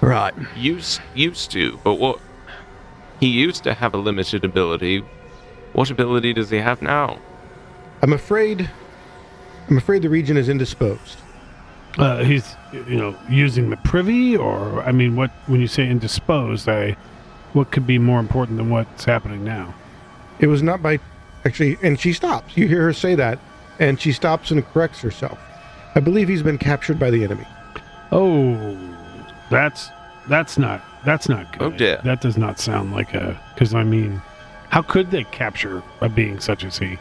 Speaker 2: Right.
Speaker 4: used used to, but what? He used to have a limited ability. What ability does he have now?
Speaker 3: I'm afraid. I'm afraid the region is indisposed.
Speaker 6: Uh, he's, you know, using the privy, or I mean, what when you say indisposed, I, what could be more important than what's happening now?
Speaker 3: It was not by. Actually, and she stops. You hear her say that, and she stops and corrects herself. I believe he's been captured by the enemy.
Speaker 6: Oh, that's that's not that's not good.
Speaker 4: Oh, dear.
Speaker 6: That does not sound like a. Because I mean, how could they capture a being such as he?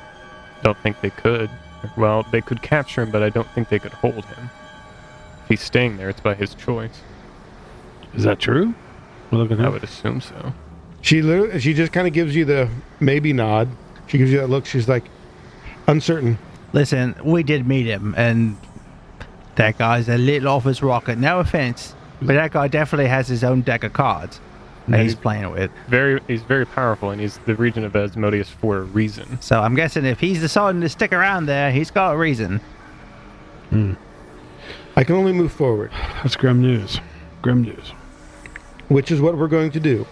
Speaker 5: don't think they could. Well, they could capture him, but I don't think they could hold him. If he's staying there, it's by his choice.
Speaker 6: Is that true? We're looking
Speaker 5: I
Speaker 6: at
Speaker 5: would assume so.
Speaker 3: She literally, she just kind of gives you the maybe nod. She gives you that look. She's like uncertain.
Speaker 2: Listen, we did meet him, and that guy's a little off his rocker. No offense, but that guy definitely has his own deck of cards that he's playing with.
Speaker 5: Very, he's very powerful, and he's the regent of Asmodeus for a reason.
Speaker 2: So I'm guessing if he's deciding to stick around there, he's got a reason.
Speaker 3: I can only move forward,
Speaker 6: That's grim news. Grim news.
Speaker 3: which is what we're going to do.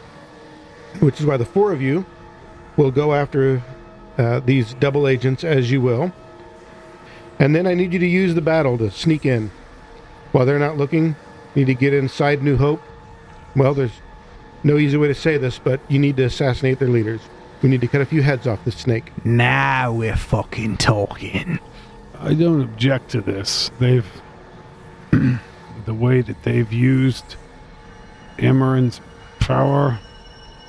Speaker 3: Which is why the four of you will go after uh, these double agents as you will. And then I need you to use the battle to sneak in. While they're not looking, need to get inside New Hope. Well, there's no easy way to say this, but you need to assassinate their leaders. We need to cut a few heads off this snake.
Speaker 2: Now we're fucking talking.
Speaker 6: I don't object to this. They've the way that they've used Amarin's power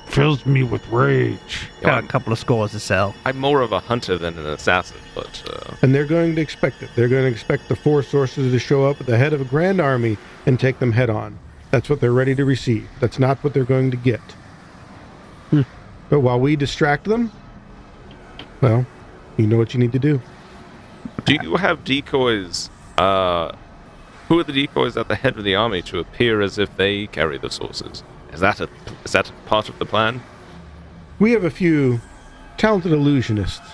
Speaker 6: fills me with rage.
Speaker 2: Got a couple of scores to sell.
Speaker 4: I'm more of a hunter than an assassin, but uh,
Speaker 3: And they're going to expect it. They're going to expect the four sources to show up at the head of a grand army and take them head on. That's what they're ready to receive. That's not what they're going to get. But while we distract them, well, you know what you need to do.
Speaker 4: do you have decoys? Uh, who are the decoys at the head of the army to appear as if they carry the sources? Is that a is that part of the plan?
Speaker 3: We have a few talented illusionists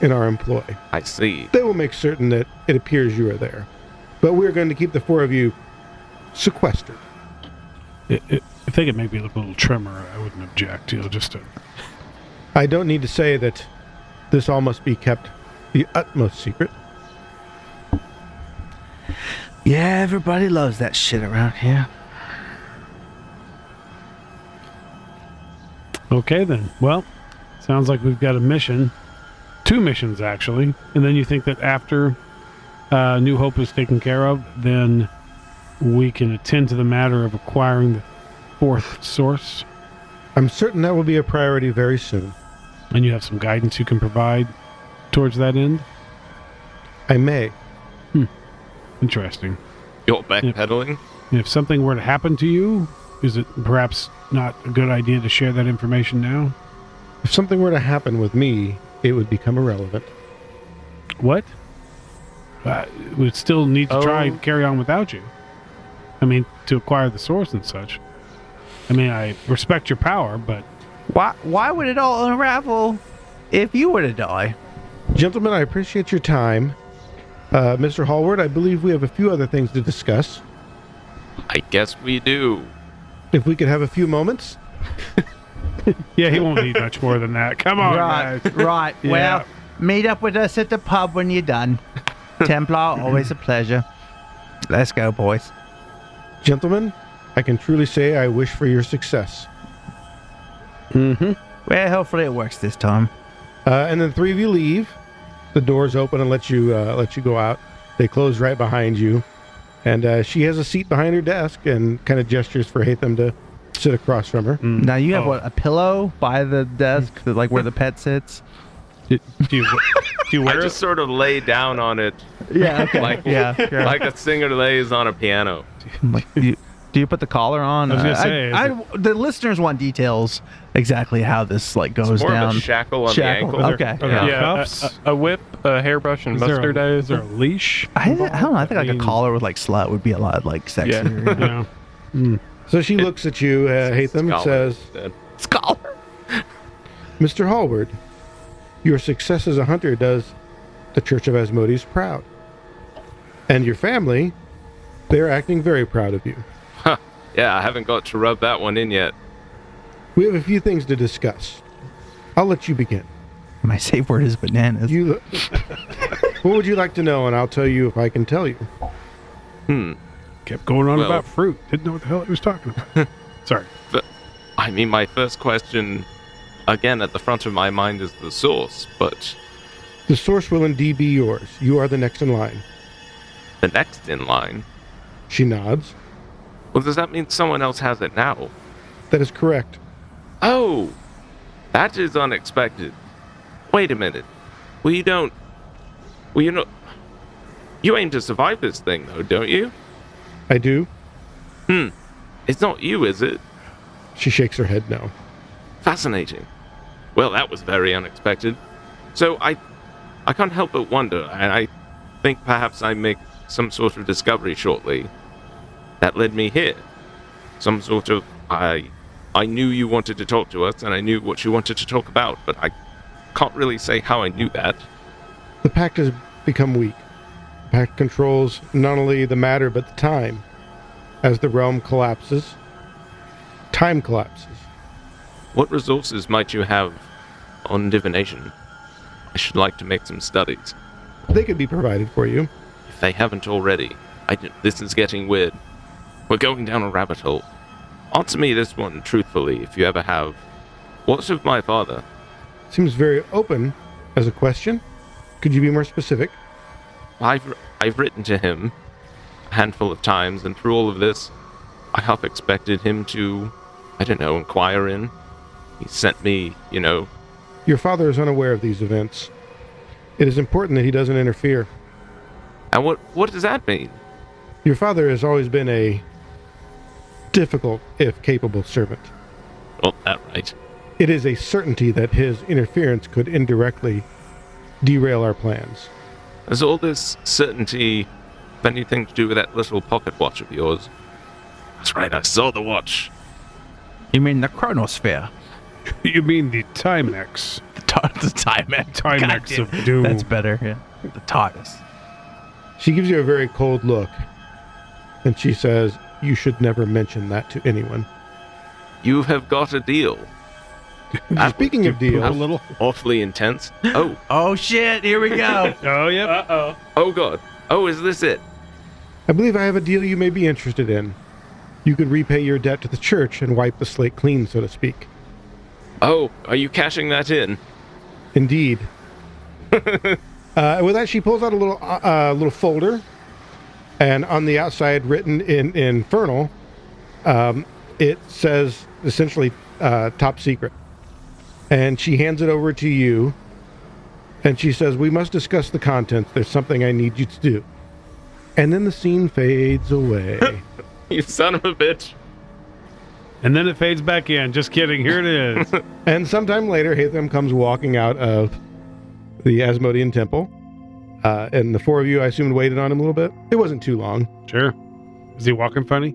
Speaker 3: in our employ.
Speaker 4: I see.
Speaker 3: They will make certain that it appears you are there. But we're going to keep the four of you sequestered.
Speaker 6: I i if they could make me look a little trimmer, I wouldn't object. You know, just to
Speaker 3: I don't need to say that this all must be kept the utmost secret.
Speaker 2: Yeah, everybody loves that shit around here.
Speaker 6: okay then. Well, sounds like we've got a mission, two missions actually. And then you think that after uh, New Hope is taken care of, then we can attend to the matter of acquiring the fourth source.
Speaker 3: I'm certain that will be a priority very soon.
Speaker 6: and you have some guidance you can provide towards that end.
Speaker 3: I may.
Speaker 6: Interesting.
Speaker 4: You're backpedaling.
Speaker 6: And if something were to happen to you, is it perhaps not a good idea to share that information now?
Speaker 3: If something were to happen with me, it would become irrelevant.
Speaker 6: What? Uh, we'd still need to try
Speaker 5: Oh.
Speaker 6: and carry on without you. I mean, to acquire the source and such. I mean, I respect your power, but
Speaker 2: Why? Why would it all unravel if you were to die?
Speaker 3: Gentlemen, I appreciate your time. Uh, Mr. Hallward, I believe we have a few other things to discuss.
Speaker 4: I guess we do.
Speaker 3: If we could have a few moments.
Speaker 6: yeah, he won't need much more than that. Come on,
Speaker 2: right,
Speaker 6: guys.
Speaker 2: right.
Speaker 6: Yeah.
Speaker 2: Well, meet up with us at the pub when you're done. Templar, always a pleasure. Let's go, boys.
Speaker 3: Gentlemen, I can truly say I wish for your success.
Speaker 2: Well, hopefully it works this time.
Speaker 3: Uh, and then three of you leave. The doors open and let you uh, let you go out. They close right behind you, and uh, she has a seat behind her desk and kind of gestures for Hatham to sit across from her.
Speaker 2: Now you have
Speaker 6: Oh.
Speaker 2: what a pillow by the desk, that, like where the pet sits.
Speaker 6: Do you, do you
Speaker 4: I
Speaker 6: wear
Speaker 4: just sort of lay down on it
Speaker 2: Yeah. Okay.
Speaker 4: Like-
Speaker 2: yeah. yeah.
Speaker 4: like a singer lays on a piano.
Speaker 2: Like, you, do you put the collar on?
Speaker 6: I was gonna
Speaker 2: Uh,
Speaker 6: say, is
Speaker 2: I, the listeners want details exactly how this like goes
Speaker 4: More
Speaker 2: down.
Speaker 4: of a shackle on
Speaker 2: Shackle,
Speaker 4: the ankle.
Speaker 2: okay.
Speaker 6: Are there
Speaker 4: Yeah.
Speaker 5: Yeah,
Speaker 6: cuffs?
Speaker 5: a, a, a whip, a hairbrush, and
Speaker 6: Is there a-
Speaker 5: mustard. I
Speaker 6: is there a leash?
Speaker 2: I, I don't know. I think like
Speaker 6: mean-
Speaker 2: a collar with like slut would be a lot like sexier.
Speaker 6: Yeah.
Speaker 3: So she looks at you, uh, Hatham, and
Speaker 4: Scholar
Speaker 3: says,
Speaker 4: instead.
Speaker 2: Scholar.
Speaker 3: Mr. Hallward, your success as a hunter does the Church of Asmodeus proud. And your family, they're acting very proud of you.
Speaker 4: Yeah, I haven't got to rub that one in yet.
Speaker 3: We have a few things to discuss. I'll let you begin.
Speaker 2: My safe word is bananas.
Speaker 3: You What would you like to know and I'll tell you if I can tell you.
Speaker 6: Kept going on
Speaker 4: Well-
Speaker 6: about fruit. Didn't know what the hell he was talking about. Sorry.
Speaker 4: I mean, my first question, again, at the front of my mind is the source, but
Speaker 3: The source will indeed be yours. You are the next in line.
Speaker 4: the next in line.
Speaker 3: She nods.
Speaker 4: Well, does that mean someone else has it now?
Speaker 3: That is correct.
Speaker 4: Oh, that is unexpected. Wait a minute. We don't Well, you know, you aim to survive this thing, though, don't you?
Speaker 3: I do.
Speaker 4: It's not you, is it?
Speaker 3: She shakes her head no.
Speaker 4: Fascinating. Well, that was very unexpected. So I, I can't help but wonder, and I think perhaps I make some sort of discovery shortly that led me here. Some sort of I, I knew you wanted to talk to us, and I knew what you wanted to talk about, but I can't really say how I knew that.
Speaker 3: The pact has become weak. The pact controls not only the matter but the time. As the realm collapses, time collapses.
Speaker 4: What resources might you have on divination? I should like to make some studies
Speaker 3: They could be provided for you.
Speaker 4: if they haven't already. I d- this is getting weird. We're going down a rabbit hole. Answer me this one truthfully, if you ever have. What's of my father?
Speaker 3: Seems very open as a question. Could you be more specific?
Speaker 4: I've I've written to him a handful of times, and through all of this, I half expected him to, I don't know, inquire in. He sent me, you know,
Speaker 3: Your father is unaware of these events. It is important that he doesn't interfere.
Speaker 4: and what what does that mean?
Speaker 3: Your father has always been a difficult, if capable, servant.
Speaker 4: Oh, that right.
Speaker 3: It is a certainty that his interference could indirectly derail our plans.
Speaker 4: Is all this certainty have anything to do with that little pocket watch of yours? That's right, I saw the watch.
Speaker 2: You mean the chronosphere?
Speaker 6: You mean the Timex?
Speaker 2: The, tar- the Timex.
Speaker 6: Timex
Speaker 2: Goddamn,
Speaker 6: of doom.
Speaker 2: That's better. Yeah. The TARDIS.
Speaker 3: She gives you a very cold look, and she says, You should never mention that to anyone.
Speaker 4: You have got a deal. That
Speaker 3: Speaking of
Speaker 6: A
Speaker 3: deals,
Speaker 6: little.
Speaker 4: was awfully intense. Oh,
Speaker 2: Oh shit! Here we go.
Speaker 6: Oh yeah.
Speaker 4: oh god. Oh, is this it?
Speaker 3: I believe I have a deal you may be interested in. You could repay your debt to the church and wipe the slate clean, so to speak.
Speaker 4: Oh, are you cashing that in?
Speaker 3: Indeed. uh, with that, she pulls out a little uh, uh, little folder, and on the outside, written in in infernal, um, it says essentially uh, "top secret." And she hands it over to you, and she says, "We must discuss the contents. There's something I need you to do." And then the scene fades away.
Speaker 4: You son of a bitch.
Speaker 6: And then it fades back in. Just kidding. Here it is.
Speaker 3: And sometime later, Hatham comes walking out of the Asmodean temple. Uh, and the four of you, I assumed, waited on him a little bit. It wasn't too long.
Speaker 6: sure. Is he walking funny?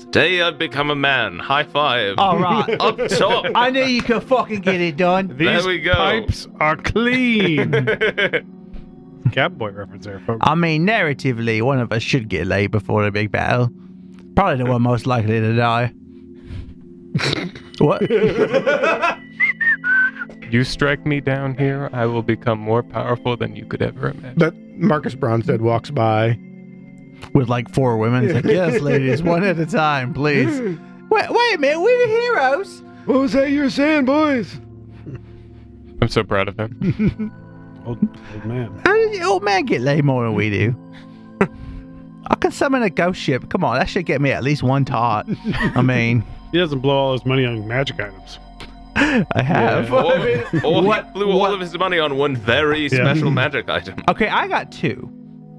Speaker 4: Today I've become a man. High five.
Speaker 2: All right.
Speaker 4: Up top.
Speaker 2: I knew you could fucking get it done.
Speaker 6: These
Speaker 4: There we go.
Speaker 6: pipes are clean. Cowboy reference there, folks.
Speaker 2: I mean, narratively, one of us should get laid before the big battle. Probably the one most likely to die. what?
Speaker 5: You strike me down here, I will become more powerful than you could ever imagine.
Speaker 3: That Marcus Bronsted walks by.
Speaker 2: With like four women. It's like, yes, ladies, one at a time, please. Wait, wait a minute, we're the heroes.
Speaker 3: What was that you were saying, boys?
Speaker 5: I'm so proud of him.
Speaker 6: Old, old man.
Speaker 2: How did the old man get laid more than we do? I can summon a ghost ship. Come on, that should get me at least one tart. I mean,
Speaker 6: He doesn't blow all his money on magic items.
Speaker 2: I have.
Speaker 4: Or, or he
Speaker 2: What-
Speaker 4: blew all
Speaker 2: what-
Speaker 4: of his money on one very special magic item.
Speaker 2: Okay, I got two.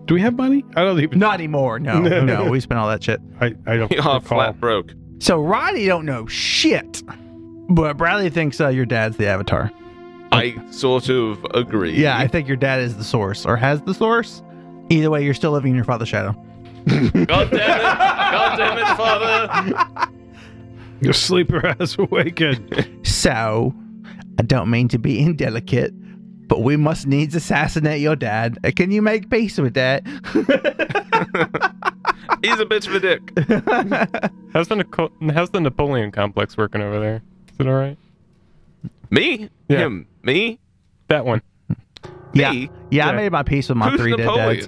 Speaker 6: Do we have money? I don't even.
Speaker 2: Not anymore. No, no, we spent all that shit.
Speaker 6: I, I don't
Speaker 4: You are
Speaker 6: recall.
Speaker 4: flat broke.
Speaker 2: So Roddy don't know shit, but Bradley thinks uh, your dad's the avatar.
Speaker 4: I sort of agree.
Speaker 2: Yeah, I think your dad is the source or has the source. Either way, you're still living in your father's shadow.
Speaker 4: God damn it. God damn it, father.
Speaker 6: Your sleeper has awakened.
Speaker 2: So, I don't mean to be indelicate, but we must needs assassinate your dad. Uh, Can you make peace with that?
Speaker 4: He's a bitch of a dick.
Speaker 5: How's the, Nico- how's the Napoleon complex working over there? Is it all right?
Speaker 4: Me?
Speaker 5: Yeah.
Speaker 4: Him? Me?
Speaker 5: That one.
Speaker 2: yeah, yeah,
Speaker 4: Me?
Speaker 2: I
Speaker 5: Yeah.
Speaker 2: made my peace with my
Speaker 4: Who's
Speaker 2: three dead dads.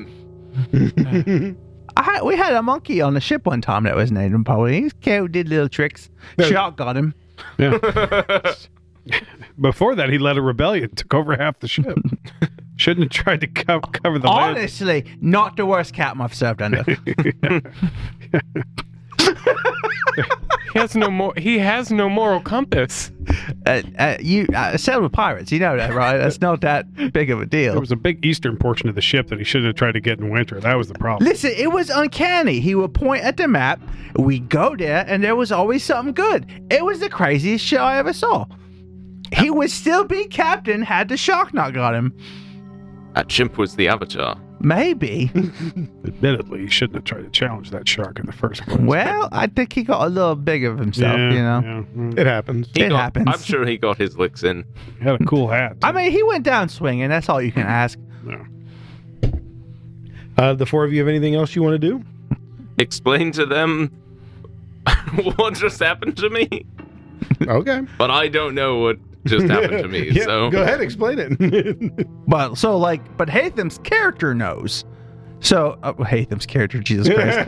Speaker 4: Napoleon?
Speaker 2: I had, we had a monkey on the ship one time that was named Napoleon. He's cute, did little tricks. Shark got him.
Speaker 6: Before that, he led a rebellion, took over half the ship. Shouldn't have tried to co- cover the land.
Speaker 2: Honestly, not the worst captain I've served under.
Speaker 5: He has no more. He has no moral compass.
Speaker 2: Uh, uh, you uh, sailed with pirates, you know that, right? That's not that big of a
Speaker 6: There
Speaker 2: deal.
Speaker 6: was a big eastern portion of the ship that he shouldn't have tried to get in winter. That was the problem.
Speaker 2: Listen, it was uncanny. He would point at the map, we go there, and there was always something good. It was the craziest shit I ever saw. He would still be captain had the shark not got him.
Speaker 4: That chimp was the avatar.
Speaker 2: Maybe.
Speaker 6: Admittedly, he shouldn't have tried to challenge that shark in the first place.
Speaker 2: Well, I think he got a little big of himself,
Speaker 6: Yeah,
Speaker 2: you know.
Speaker 6: yeah, mm.
Speaker 3: It happens.
Speaker 4: He
Speaker 2: It
Speaker 4: got-
Speaker 2: happens.
Speaker 4: I'm sure he got his licks in.
Speaker 6: He had a cool hat.
Speaker 2: I mean, he went down swinging. That's all you can ask.
Speaker 6: Yeah.
Speaker 3: Uh, the four of you have anything else you want to do?
Speaker 4: Explain to them what just happened to me.
Speaker 3: Okay.
Speaker 4: But I don't know what just happened to me.
Speaker 3: Yeah,
Speaker 4: so
Speaker 3: go ahead, explain it.
Speaker 2: But so like, but Hatham's character knows. So uh, Hatham's character, Jesus Christ.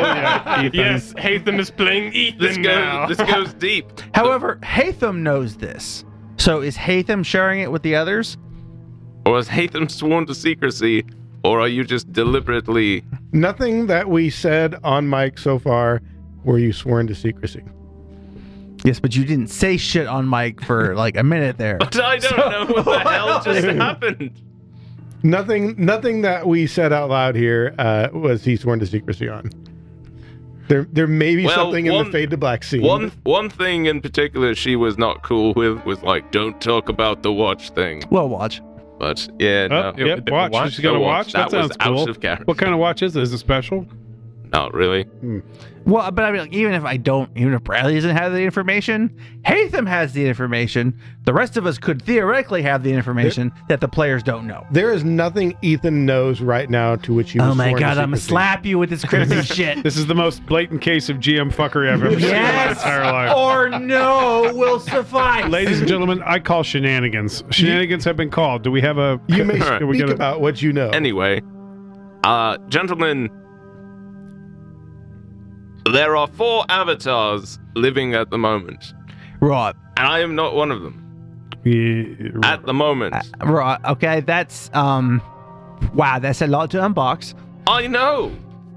Speaker 5: Yes, Hatham is playing Ethan
Speaker 4: this
Speaker 5: now.
Speaker 4: goes this goes deep.
Speaker 2: However, Hatham knows this. So is Hatham sharing it with the others?
Speaker 4: Or was Hatham sworn to secrecy, or are you just deliberately
Speaker 3: Nothing that we said on mic so far were you sworn to secrecy.
Speaker 2: Yes, but you didn't say shit on Mike for like a minute there.
Speaker 4: I don't know what the hell just happened.
Speaker 3: Nothing nothing that we said out loud here uh, was he sworn to secrecy on. There there may be
Speaker 4: Well,
Speaker 3: something in
Speaker 4: one-
Speaker 3: the fade to black scene.
Speaker 4: One one thing in particular she was not cool with was like don't talk about the watch thing.
Speaker 2: Well, watch.
Speaker 4: But yeah,
Speaker 6: Oh,
Speaker 4: no,
Speaker 6: yep,
Speaker 5: the
Speaker 6: watch.
Speaker 5: watch-
Speaker 6: She's got a
Speaker 4: the
Speaker 6: watch.
Speaker 4: watch,
Speaker 6: That,
Speaker 4: that was
Speaker 6: sounds cool.
Speaker 4: out of character.
Speaker 6: What kind of watch is it? Is it special?
Speaker 4: not really.
Speaker 2: Well, but I mean, like, even if I don't, even if Bradley doesn't have the information, Hatham has the information. The rest of us could theoretically have the information that the players don't know.
Speaker 3: there is nothing Ethan knows right now to which you
Speaker 2: Oh my god, I'm gonna slap you with this crimson shit.
Speaker 6: This is the most blatant case of GM fuckery I've ever seen in my
Speaker 2: Yes
Speaker 6: entire life.
Speaker 2: or no will suffice.
Speaker 6: Ladies and gentlemen, I call shenanigans. Shenanigans have been called. Do we have a?
Speaker 3: You may
Speaker 4: All right.
Speaker 3: speak
Speaker 6: do we get a-
Speaker 3: about what you know.
Speaker 2: Oh.
Speaker 4: Anyway, uh, gentlemen, there are four avatars living at the moment,
Speaker 2: Right,
Speaker 4: and I am not one of them
Speaker 6: Yeah,
Speaker 4: at the moment.
Speaker 2: Uh, right, okay. That's um, wow, that's a lot to unbox.
Speaker 4: I know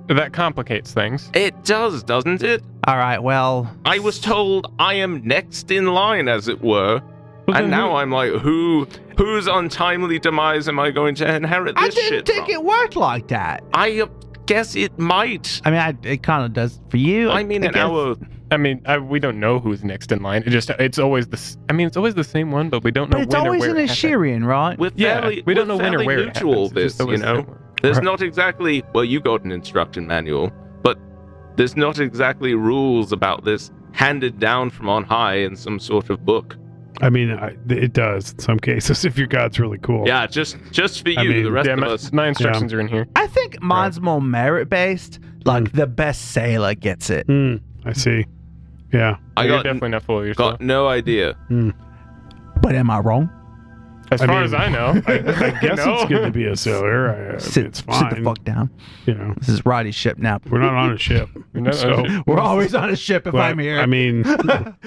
Speaker 5: Oh. That complicates things.
Speaker 4: it does, doesn't it?
Speaker 2: All right, well,
Speaker 4: I was told I am next in line, as it were. and now I'm like, who, whose untimely demise am I going to inherit
Speaker 2: I
Speaker 4: this
Speaker 2: didn't
Speaker 4: shit
Speaker 2: think
Speaker 4: from?
Speaker 2: it worked like that.
Speaker 4: I uh, guess it might.
Speaker 2: I mean, I, it kind of does for you.
Speaker 4: I mean, in
Speaker 2: guess.
Speaker 4: our
Speaker 5: I mean, I, we don't know who's next in line. It just it's always the. s- I mean, it's always the same one, but we don't know.
Speaker 2: but it's
Speaker 5: when or
Speaker 2: always
Speaker 5: where
Speaker 2: an
Speaker 5: it happened.
Speaker 2: Asherian, right?
Speaker 4: we're
Speaker 5: Yeah,
Speaker 4: fairly,
Speaker 5: we don't
Speaker 4: we're
Speaker 5: know when or
Speaker 4: fairly
Speaker 5: where it
Speaker 4: mutual.
Speaker 5: happens. It's
Speaker 4: This,
Speaker 5: just
Speaker 4: you
Speaker 5: always the
Speaker 4: know,
Speaker 5: same one.
Speaker 4: there's not exactly. Well, you got an instruction manual, but there's not exactly rules about this handed down from on high in some sort of book.
Speaker 6: I mean, I, it does in some cases if your god's really cool.
Speaker 4: Yeah, just just for you,
Speaker 6: I mean,
Speaker 4: the rest
Speaker 5: Yeah,
Speaker 4: of
Speaker 5: my,
Speaker 4: us.
Speaker 5: my instructions are in here.
Speaker 2: I think mine's more merit based. Like the best sailor gets it.
Speaker 6: Hmm, I see. Yeah.
Speaker 4: I
Speaker 5: You're
Speaker 4: got,
Speaker 5: definitely not full of yourself.
Speaker 4: got no idea.
Speaker 2: But am I wrong?
Speaker 5: as
Speaker 6: I
Speaker 5: far
Speaker 6: mean,
Speaker 5: as I know, I,
Speaker 6: I guess it's good to be a sailor. I, I mean,
Speaker 2: Sit,
Speaker 6: it's
Speaker 2: sit
Speaker 6: fine.
Speaker 2: the fuck down.
Speaker 6: You know,
Speaker 2: This is Roddy's ship now.
Speaker 6: we're not on a ship.
Speaker 5: not on a
Speaker 6: so,
Speaker 5: ship.
Speaker 2: We're always on a ship if
Speaker 6: but,
Speaker 2: I'm here.
Speaker 6: I mean,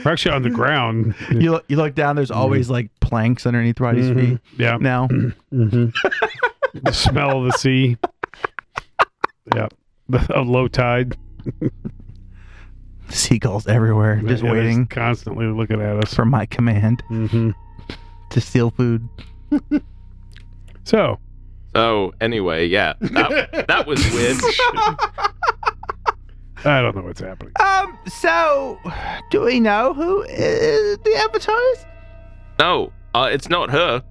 Speaker 6: we're actually on the ground.
Speaker 2: you look, you look down.
Speaker 6: Mm-hmm.
Speaker 2: There's always like planks underneath Roddy's feet.
Speaker 6: Yeah.
Speaker 2: Now,
Speaker 6: The smell of the sea. yeah. a low tide.
Speaker 2: seagulls everywhere, just
Speaker 6: Yeah, they're
Speaker 2: waiting
Speaker 6: Constantly looking at us.
Speaker 2: for my command
Speaker 6: Mm-hmm.
Speaker 2: to steal food.
Speaker 6: So,
Speaker 4: So anyway, yeah, that, that was weird.
Speaker 6: I don't know what's happening.
Speaker 2: Um. So, do we know who uh, the avatar is?
Speaker 4: no, uh, it's not her.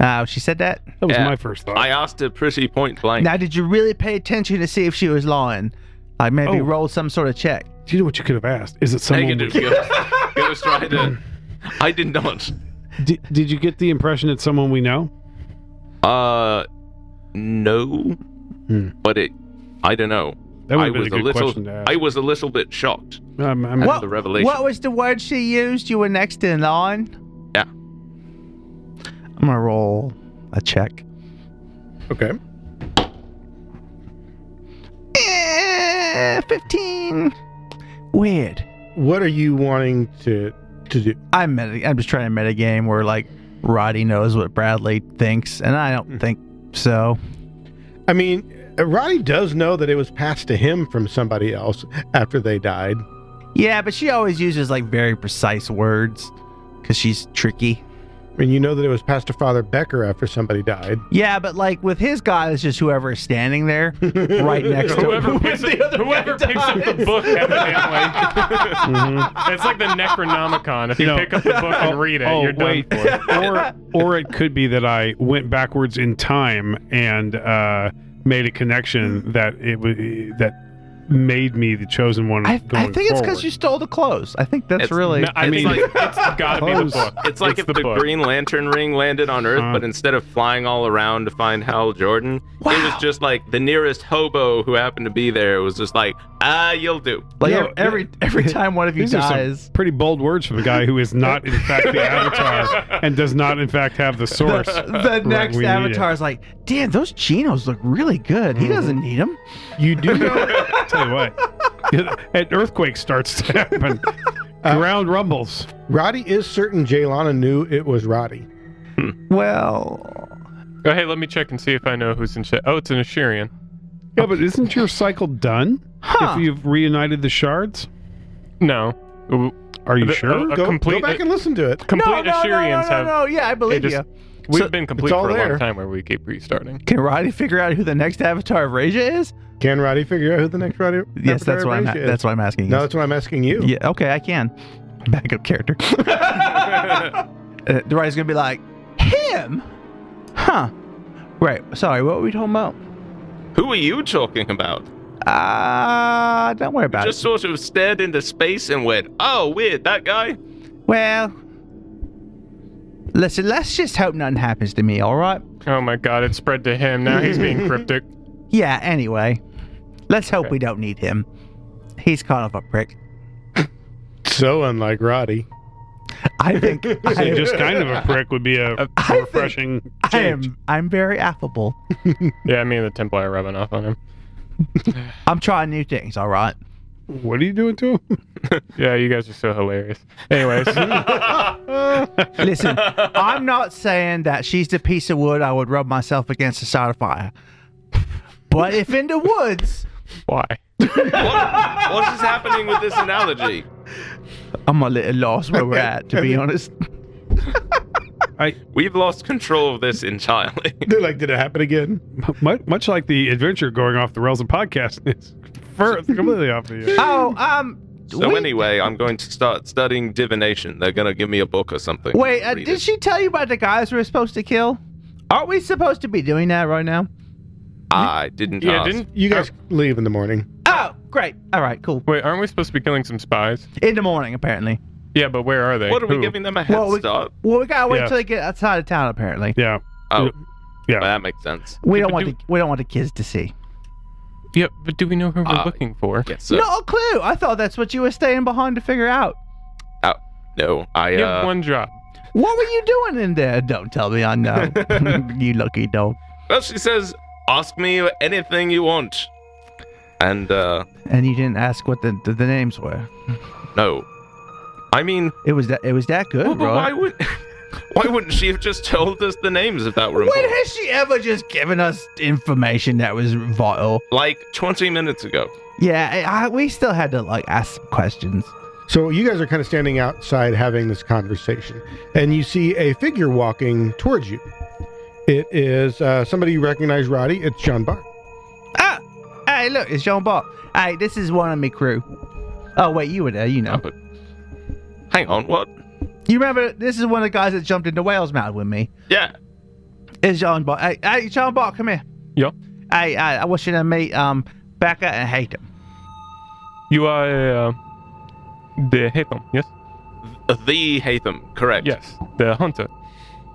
Speaker 2: Oh, she said that.
Speaker 6: That was
Speaker 4: Yeah.
Speaker 6: my first thought.
Speaker 4: I asked her pretty point blank.
Speaker 2: Now, did you really pay attention to see if she was lying? Like maybe
Speaker 6: Oh.
Speaker 2: roll some sort of check.
Speaker 6: Do you know what you could have asked? Is it someone?
Speaker 4: Negative
Speaker 6: Was,
Speaker 4: ghost, ghost Rider. I did not.
Speaker 6: did, did you get the impression it's someone we know?
Speaker 4: Uh, no. But it, I don't know.
Speaker 6: That
Speaker 4: I
Speaker 6: would have
Speaker 4: was
Speaker 6: been a good
Speaker 4: little.
Speaker 6: question to ask.
Speaker 4: I was a little bit shocked.
Speaker 6: Um, I mean,
Speaker 2: What,
Speaker 4: the revelation.
Speaker 2: what was the word she used? You were next in line.
Speaker 4: Yeah.
Speaker 2: I'm gonna roll a check.
Speaker 3: Okay.
Speaker 2: Eh, Fifteen. Weird.
Speaker 3: What are you wanting to to do?
Speaker 2: I'm meta- I'm just trying to meta game where like
Speaker 6: Hmm.
Speaker 2: Roddy knows what Bradley thinks, and I don't think so.
Speaker 3: I mean, uh, Roddy does know that it was passed to him from somebody else after they died.
Speaker 2: Yeah, but she always uses like very precise words because she's tricky.
Speaker 3: And you know that it was passed to Father Becker after somebody died.
Speaker 2: Yeah, but like with his god, it's just whoever is standing there right next to
Speaker 5: Whoever picks, up, whoever picks up the book, evidently. It's like the Necronomicon. If you,
Speaker 6: know-
Speaker 5: pick up the book and read it,
Speaker 6: oh,
Speaker 5: you're done
Speaker 6: wait.
Speaker 5: for. It.
Speaker 6: or or it could be that I went backwards in time and uh, made a connection that it was that made me the chosen one.
Speaker 2: I, I
Speaker 6: going
Speaker 2: think it's
Speaker 6: forward.
Speaker 2: because you stole the clothes. I think that's
Speaker 4: It's
Speaker 2: really.
Speaker 5: No, I
Speaker 4: It's
Speaker 5: mean,
Speaker 4: like-
Speaker 5: it's gotta be the
Speaker 6: Close.
Speaker 5: book.
Speaker 4: It's like if
Speaker 5: the
Speaker 4: the,
Speaker 5: book.
Speaker 4: Green Lantern ring landed on Earth,
Speaker 6: Uh.
Speaker 4: but instead of flying all around to find Hal Jordan, it was
Speaker 2: Wow.
Speaker 4: just like the nearest hobo who happened to be there was just like, ah, you'll do.
Speaker 2: like
Speaker 6: No,
Speaker 2: every every time one of you
Speaker 6: These are some
Speaker 2: dies,
Speaker 6: pretty bold words from a guy who is not, in fact, the avatar and does not, in fact, have the source.
Speaker 2: the next
Speaker 6: we need it. Mm-hmm.
Speaker 2: avatar is like, "Damn, those chinos look really good. He doesn't need them."
Speaker 6: You do know. tell you what, an earthquake starts to happen.
Speaker 2: Uh,
Speaker 6: Ground rumbles.
Speaker 3: Roddy is certain Jaylana knew it was Roddy.
Speaker 2: Well,
Speaker 5: Oh, hey, let me check and see if I know who's in shit. Oh, it's an Assyrian.
Speaker 6: Yeah, but isn't your cycle done?
Speaker 2: Huh.
Speaker 6: If you've reunited the shards,
Speaker 5: No. Ooh,
Speaker 6: are you
Speaker 5: The-
Speaker 6: sure?
Speaker 5: uh, A
Speaker 3: Go,
Speaker 5: complete-
Speaker 3: go back and listen to
Speaker 2: no,
Speaker 3: it.
Speaker 2: no,
Speaker 5: Complete
Speaker 2: no, no,
Speaker 5: Assyrians
Speaker 2: no,
Speaker 5: have.
Speaker 2: no. Yeah, I
Speaker 5: they
Speaker 2: believe
Speaker 5: just-
Speaker 2: you.
Speaker 5: We've
Speaker 2: So-
Speaker 5: been complete
Speaker 3: all
Speaker 5: for a
Speaker 3: there.
Speaker 5: long time where we keep restarting.
Speaker 2: Can Roddy figure out who the next avatar of Raja is?
Speaker 3: Can Roddy figure out who the next Roddy?
Speaker 2: Yes, that's what I'm.
Speaker 3: Roddy is?
Speaker 2: That's what I'm asking.
Speaker 3: No, that's what I'm asking you.
Speaker 2: Yeah, okay, I can. Backup character. uh, the writer's gonna be like, him? Huh. Right, sorry, what were we talking about?
Speaker 4: Who are you talking about?
Speaker 2: Uh, don't worry about
Speaker 4: Just sort of stared into space and went, oh, weird, that guy?
Speaker 2: it. Well, listen, let's just hope nothing happens to me, alright?
Speaker 5: Oh my god, it spread to him. Now he's being cryptic.
Speaker 2: Yeah, anyway. Let's hope
Speaker 5: Okay.
Speaker 2: we don't need him. He's kind of a prick.
Speaker 3: So unlike Roddy.
Speaker 2: I think I,
Speaker 6: So just kind of a prick would be a
Speaker 2: I
Speaker 6: refreshing
Speaker 2: I
Speaker 6: change.
Speaker 2: am I'm very affable.
Speaker 5: Yeah, me and the Templar are rubbing off on him.
Speaker 2: I'm trying new things, alright?
Speaker 6: What are you doing to him?
Speaker 5: Yeah, you guys are so hilarious. Anyways,
Speaker 2: Listen, I'm not saying that she's the piece of wood I would rub myself against the side of fire. But if in the woods,
Speaker 5: why?
Speaker 4: What, what is happening with this analogy?
Speaker 2: I'm a little lost where we're at, to be honest.
Speaker 4: We've lost control of this entirely.
Speaker 3: They're like, did it happen again?
Speaker 6: much, much like the adventure going off the rails and podcast is first completely off the uh,
Speaker 2: Oh, um.
Speaker 4: So,
Speaker 2: we-
Speaker 4: anyway, I'm going to start studying divination. They're going to give me a book or something.
Speaker 2: Wait, uh,
Speaker 4: Read
Speaker 2: did
Speaker 4: it.
Speaker 2: she tell you about the guys we were supposed to kill? Aren't we supposed to be doing that right now?
Speaker 4: I didn't
Speaker 5: Yeah,
Speaker 4: ask.
Speaker 5: didn't
Speaker 3: You guys leave in the morning.
Speaker 2: Oh, great. All right, cool.
Speaker 5: wait? Aren't we supposed to be killing some spies?
Speaker 2: In the morning, apparently.
Speaker 5: Yeah, but where are they?
Speaker 4: What are we
Speaker 5: Who?
Speaker 4: giving them a head
Speaker 2: Well, we-
Speaker 4: start?
Speaker 2: Well, we gotta wait
Speaker 6: Yeah.
Speaker 2: till they get outside of town. Apparently,
Speaker 6: Yeah.
Speaker 4: Oh,
Speaker 6: Yeah.
Speaker 4: that makes sense.
Speaker 2: we
Speaker 5: Yeah,
Speaker 2: don't
Speaker 5: but
Speaker 2: want
Speaker 5: do-
Speaker 2: the we don't want the kids to see.
Speaker 5: Yeah, but do we know who we're
Speaker 4: Uh,
Speaker 5: looking for?
Speaker 4: Yes, sir.
Speaker 2: Not a clue. I thought that's what you were staying behind to figure out.
Speaker 4: Oh, no, I
Speaker 5: You
Speaker 4: uh,
Speaker 5: have one job.
Speaker 2: What were you doing in there? Don't tell me I know. you lucky dog.
Speaker 4: Well, she says, "Ask me anything you want," and uh,
Speaker 2: And you didn't ask what the, the, the names were.
Speaker 4: no, I mean,
Speaker 2: It was that it was that good,
Speaker 4: well, but
Speaker 2: bro.
Speaker 4: why would why wouldn't she have just told us the names if that were
Speaker 2: when
Speaker 4: important?
Speaker 2: has she ever just given us information that was vital?
Speaker 4: like twenty minutes ago?
Speaker 2: Yeah, I, I- we still had to like ask some questions.
Speaker 3: So you guys are kind of standing outside having this conversation, and you see a figure walking towards you. It is uh, somebody you recognize, Roddy. It's John Bart.
Speaker 2: Ah, hey, look, it's Jean Bart. Hey, this is one of my crew. Oh wait, you were there, you know.
Speaker 4: but hang on, what?
Speaker 2: You remember this is one of the guys that jumped into whale's mouth with me.
Speaker 4: Yeah,
Speaker 2: It's Jean Bart. Hey, hey, Jean Bart, come here.
Speaker 5: Yeah.
Speaker 2: Hey, I, I want you to meet um Becca and Hatem.
Speaker 5: You are uh, the Hatham, yes?
Speaker 4: Uh, the Hatham, correct?
Speaker 5: Yes, the hunter.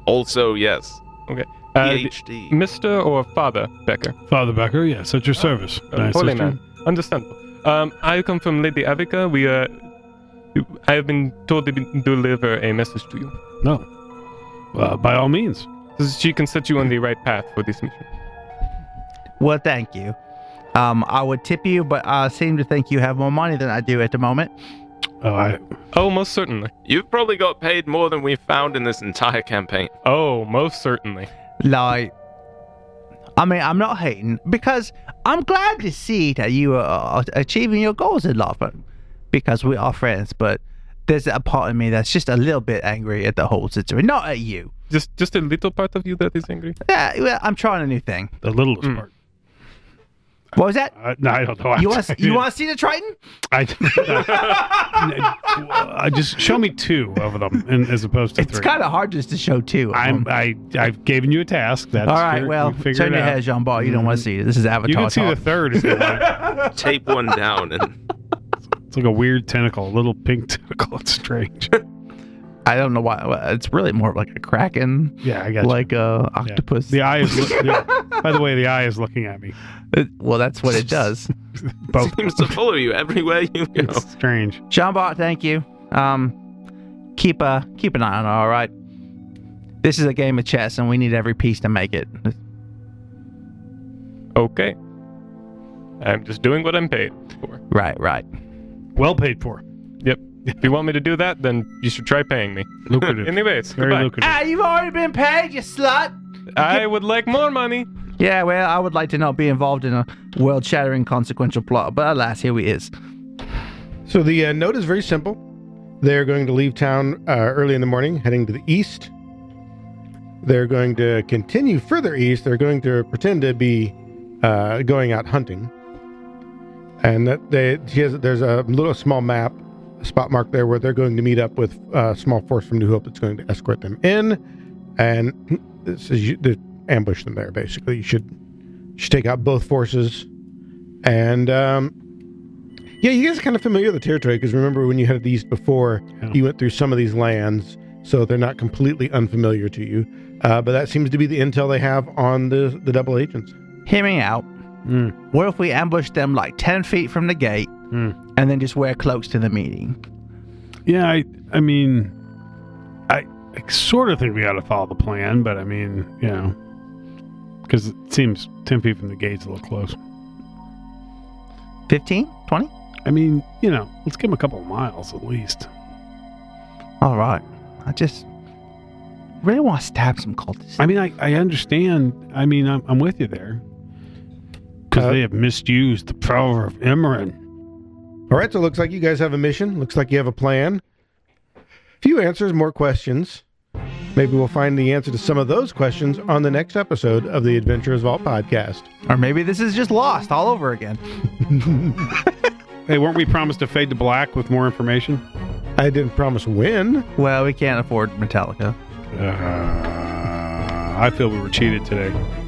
Speaker 4: Also, yes.
Speaker 5: Okay. Uh, the-
Speaker 4: PhD.
Speaker 5: Mr. or Father Becker.
Speaker 6: Father Becker, yes, at your service.
Speaker 5: Uh, holy man. Understandable. Um, I come from Lady Avica. We uh, I have been told to be- deliver a message to you.
Speaker 6: No. Uh, by all means.
Speaker 5: So she can set you on the right path for this mission.
Speaker 2: Well, thank you. Um, I would tip you, but I seem to think you have more money than I do at the moment.
Speaker 6: Oh, I,
Speaker 5: Oh, most certainly.
Speaker 4: You've probably got paid more than we've found in this entire campaign.
Speaker 5: Oh, most certainly.
Speaker 2: Like, I mean, I'm not hating because I'm glad to see that you are achieving your goals in life, but because we are friends. But there's a part of me that's just a little bit angry at the whole situation, not at you.
Speaker 5: Just just a little part of you that is angry.
Speaker 2: Yeah, well, I'm trying a new thing.
Speaker 6: The littlest
Speaker 5: Hmm.
Speaker 6: part.
Speaker 2: What was that?
Speaker 6: I, no, I don't know.
Speaker 2: You want to, you want to see the Triton?
Speaker 6: I, I, I just show me two of them, and as opposed to
Speaker 2: It's
Speaker 6: three.
Speaker 2: kind of hard just to show two. of
Speaker 6: I'm
Speaker 2: them.
Speaker 6: I I've given you a task. That's
Speaker 2: Uh-huh. All right,
Speaker 6: your-
Speaker 2: well,
Speaker 6: you figure
Speaker 2: turn your
Speaker 6: it out. Mm-hmm.
Speaker 2: head, Jean Paul. You don't want to see it. This is Avatar.
Speaker 6: You can see the
Speaker 2: talk.
Speaker 6: third. Is the one.
Speaker 4: Tape one down and
Speaker 6: It's like a weird tentacle, a little pink tentacle. It's strange.
Speaker 2: I don't know why. well, It's really more of like a kraken,
Speaker 6: Yeah, I got you.
Speaker 2: like a
Speaker 6: Yeah.
Speaker 2: octopus.
Speaker 6: The eye is. Lo- the- by the way, the eye is looking at me.
Speaker 2: It- well, that's what it does.
Speaker 6: Both.
Speaker 4: seems to follow you everywhere you go.
Speaker 6: It's strange.
Speaker 2: Jean Paul, thank you. Um, keep uh keep an eye on her. All right. This is a game of chess, and we need every piece to make it.
Speaker 5: Okay. I'm just doing what I'm paid for.
Speaker 2: Right, right.
Speaker 6: Mm-hmm. Well paid for.
Speaker 5: Yep. If you want me to do that, then you should try paying me.
Speaker 6: Lucrative.
Speaker 5: Anyways,
Speaker 6: Very
Speaker 5: goodbye.
Speaker 6: lucrative.
Speaker 2: Ah, you've already been paid, you slut.
Speaker 5: I would like more money.
Speaker 2: Yeah, well, I would like to not be involved in a world-shattering consequential plot, but alas, here we is.
Speaker 3: So the uh, note is very simple. They're going to leave town uh, early in the morning, heading to the east. They're going to continue further east. They're going to pretend to be uh, going out hunting, and that they she has, there's a little small map spot mark there where they're going to meet up with a small force from New Hope that's going to escort them in, and this is you, to ambush them there. Basically, you should you should take out both forces, and um, yeah, you guys are kind of familiar with the territory because remember when you headed east before,
Speaker 6: Yeah.
Speaker 3: you went through some of these lands, so they're not completely unfamiliar to you. Uh, but that seems to be the intel they have on the the double agents.
Speaker 2: Hear me out.
Speaker 6: Mm.
Speaker 2: What if we ambush them like 10 feet from the gate
Speaker 6: Hmm.
Speaker 2: and then just wear cloaks to the meeting?
Speaker 6: Yeah, I. I mean, I, I sort of think we ought to follow the plan, but I mean, you know, because it seems ten feet from the gate's a little close.
Speaker 2: 15? 20?
Speaker 6: I mean, you know, let's give him a couple of miles at least.
Speaker 2: All right. I just really want to stab some cultists.
Speaker 6: I mean, I, I understand. I mean, I'm, I'm with you there. Because
Speaker 3: Uh,
Speaker 6: they have misused the power of Imran.
Speaker 3: All right, so it looks like you guys have a mission. Looks like you have a plan. Few answers, more questions. Maybe we'll find the answer to some of those questions on the next episode of the Adventurers Vault podcast.
Speaker 2: Or maybe this is just lost all over again.
Speaker 6: Hey, weren't we promised to fade to black with more information?
Speaker 3: I didn't promise when.
Speaker 2: Well, we can't afford Metallica.
Speaker 6: Uh, I feel we were cheated today.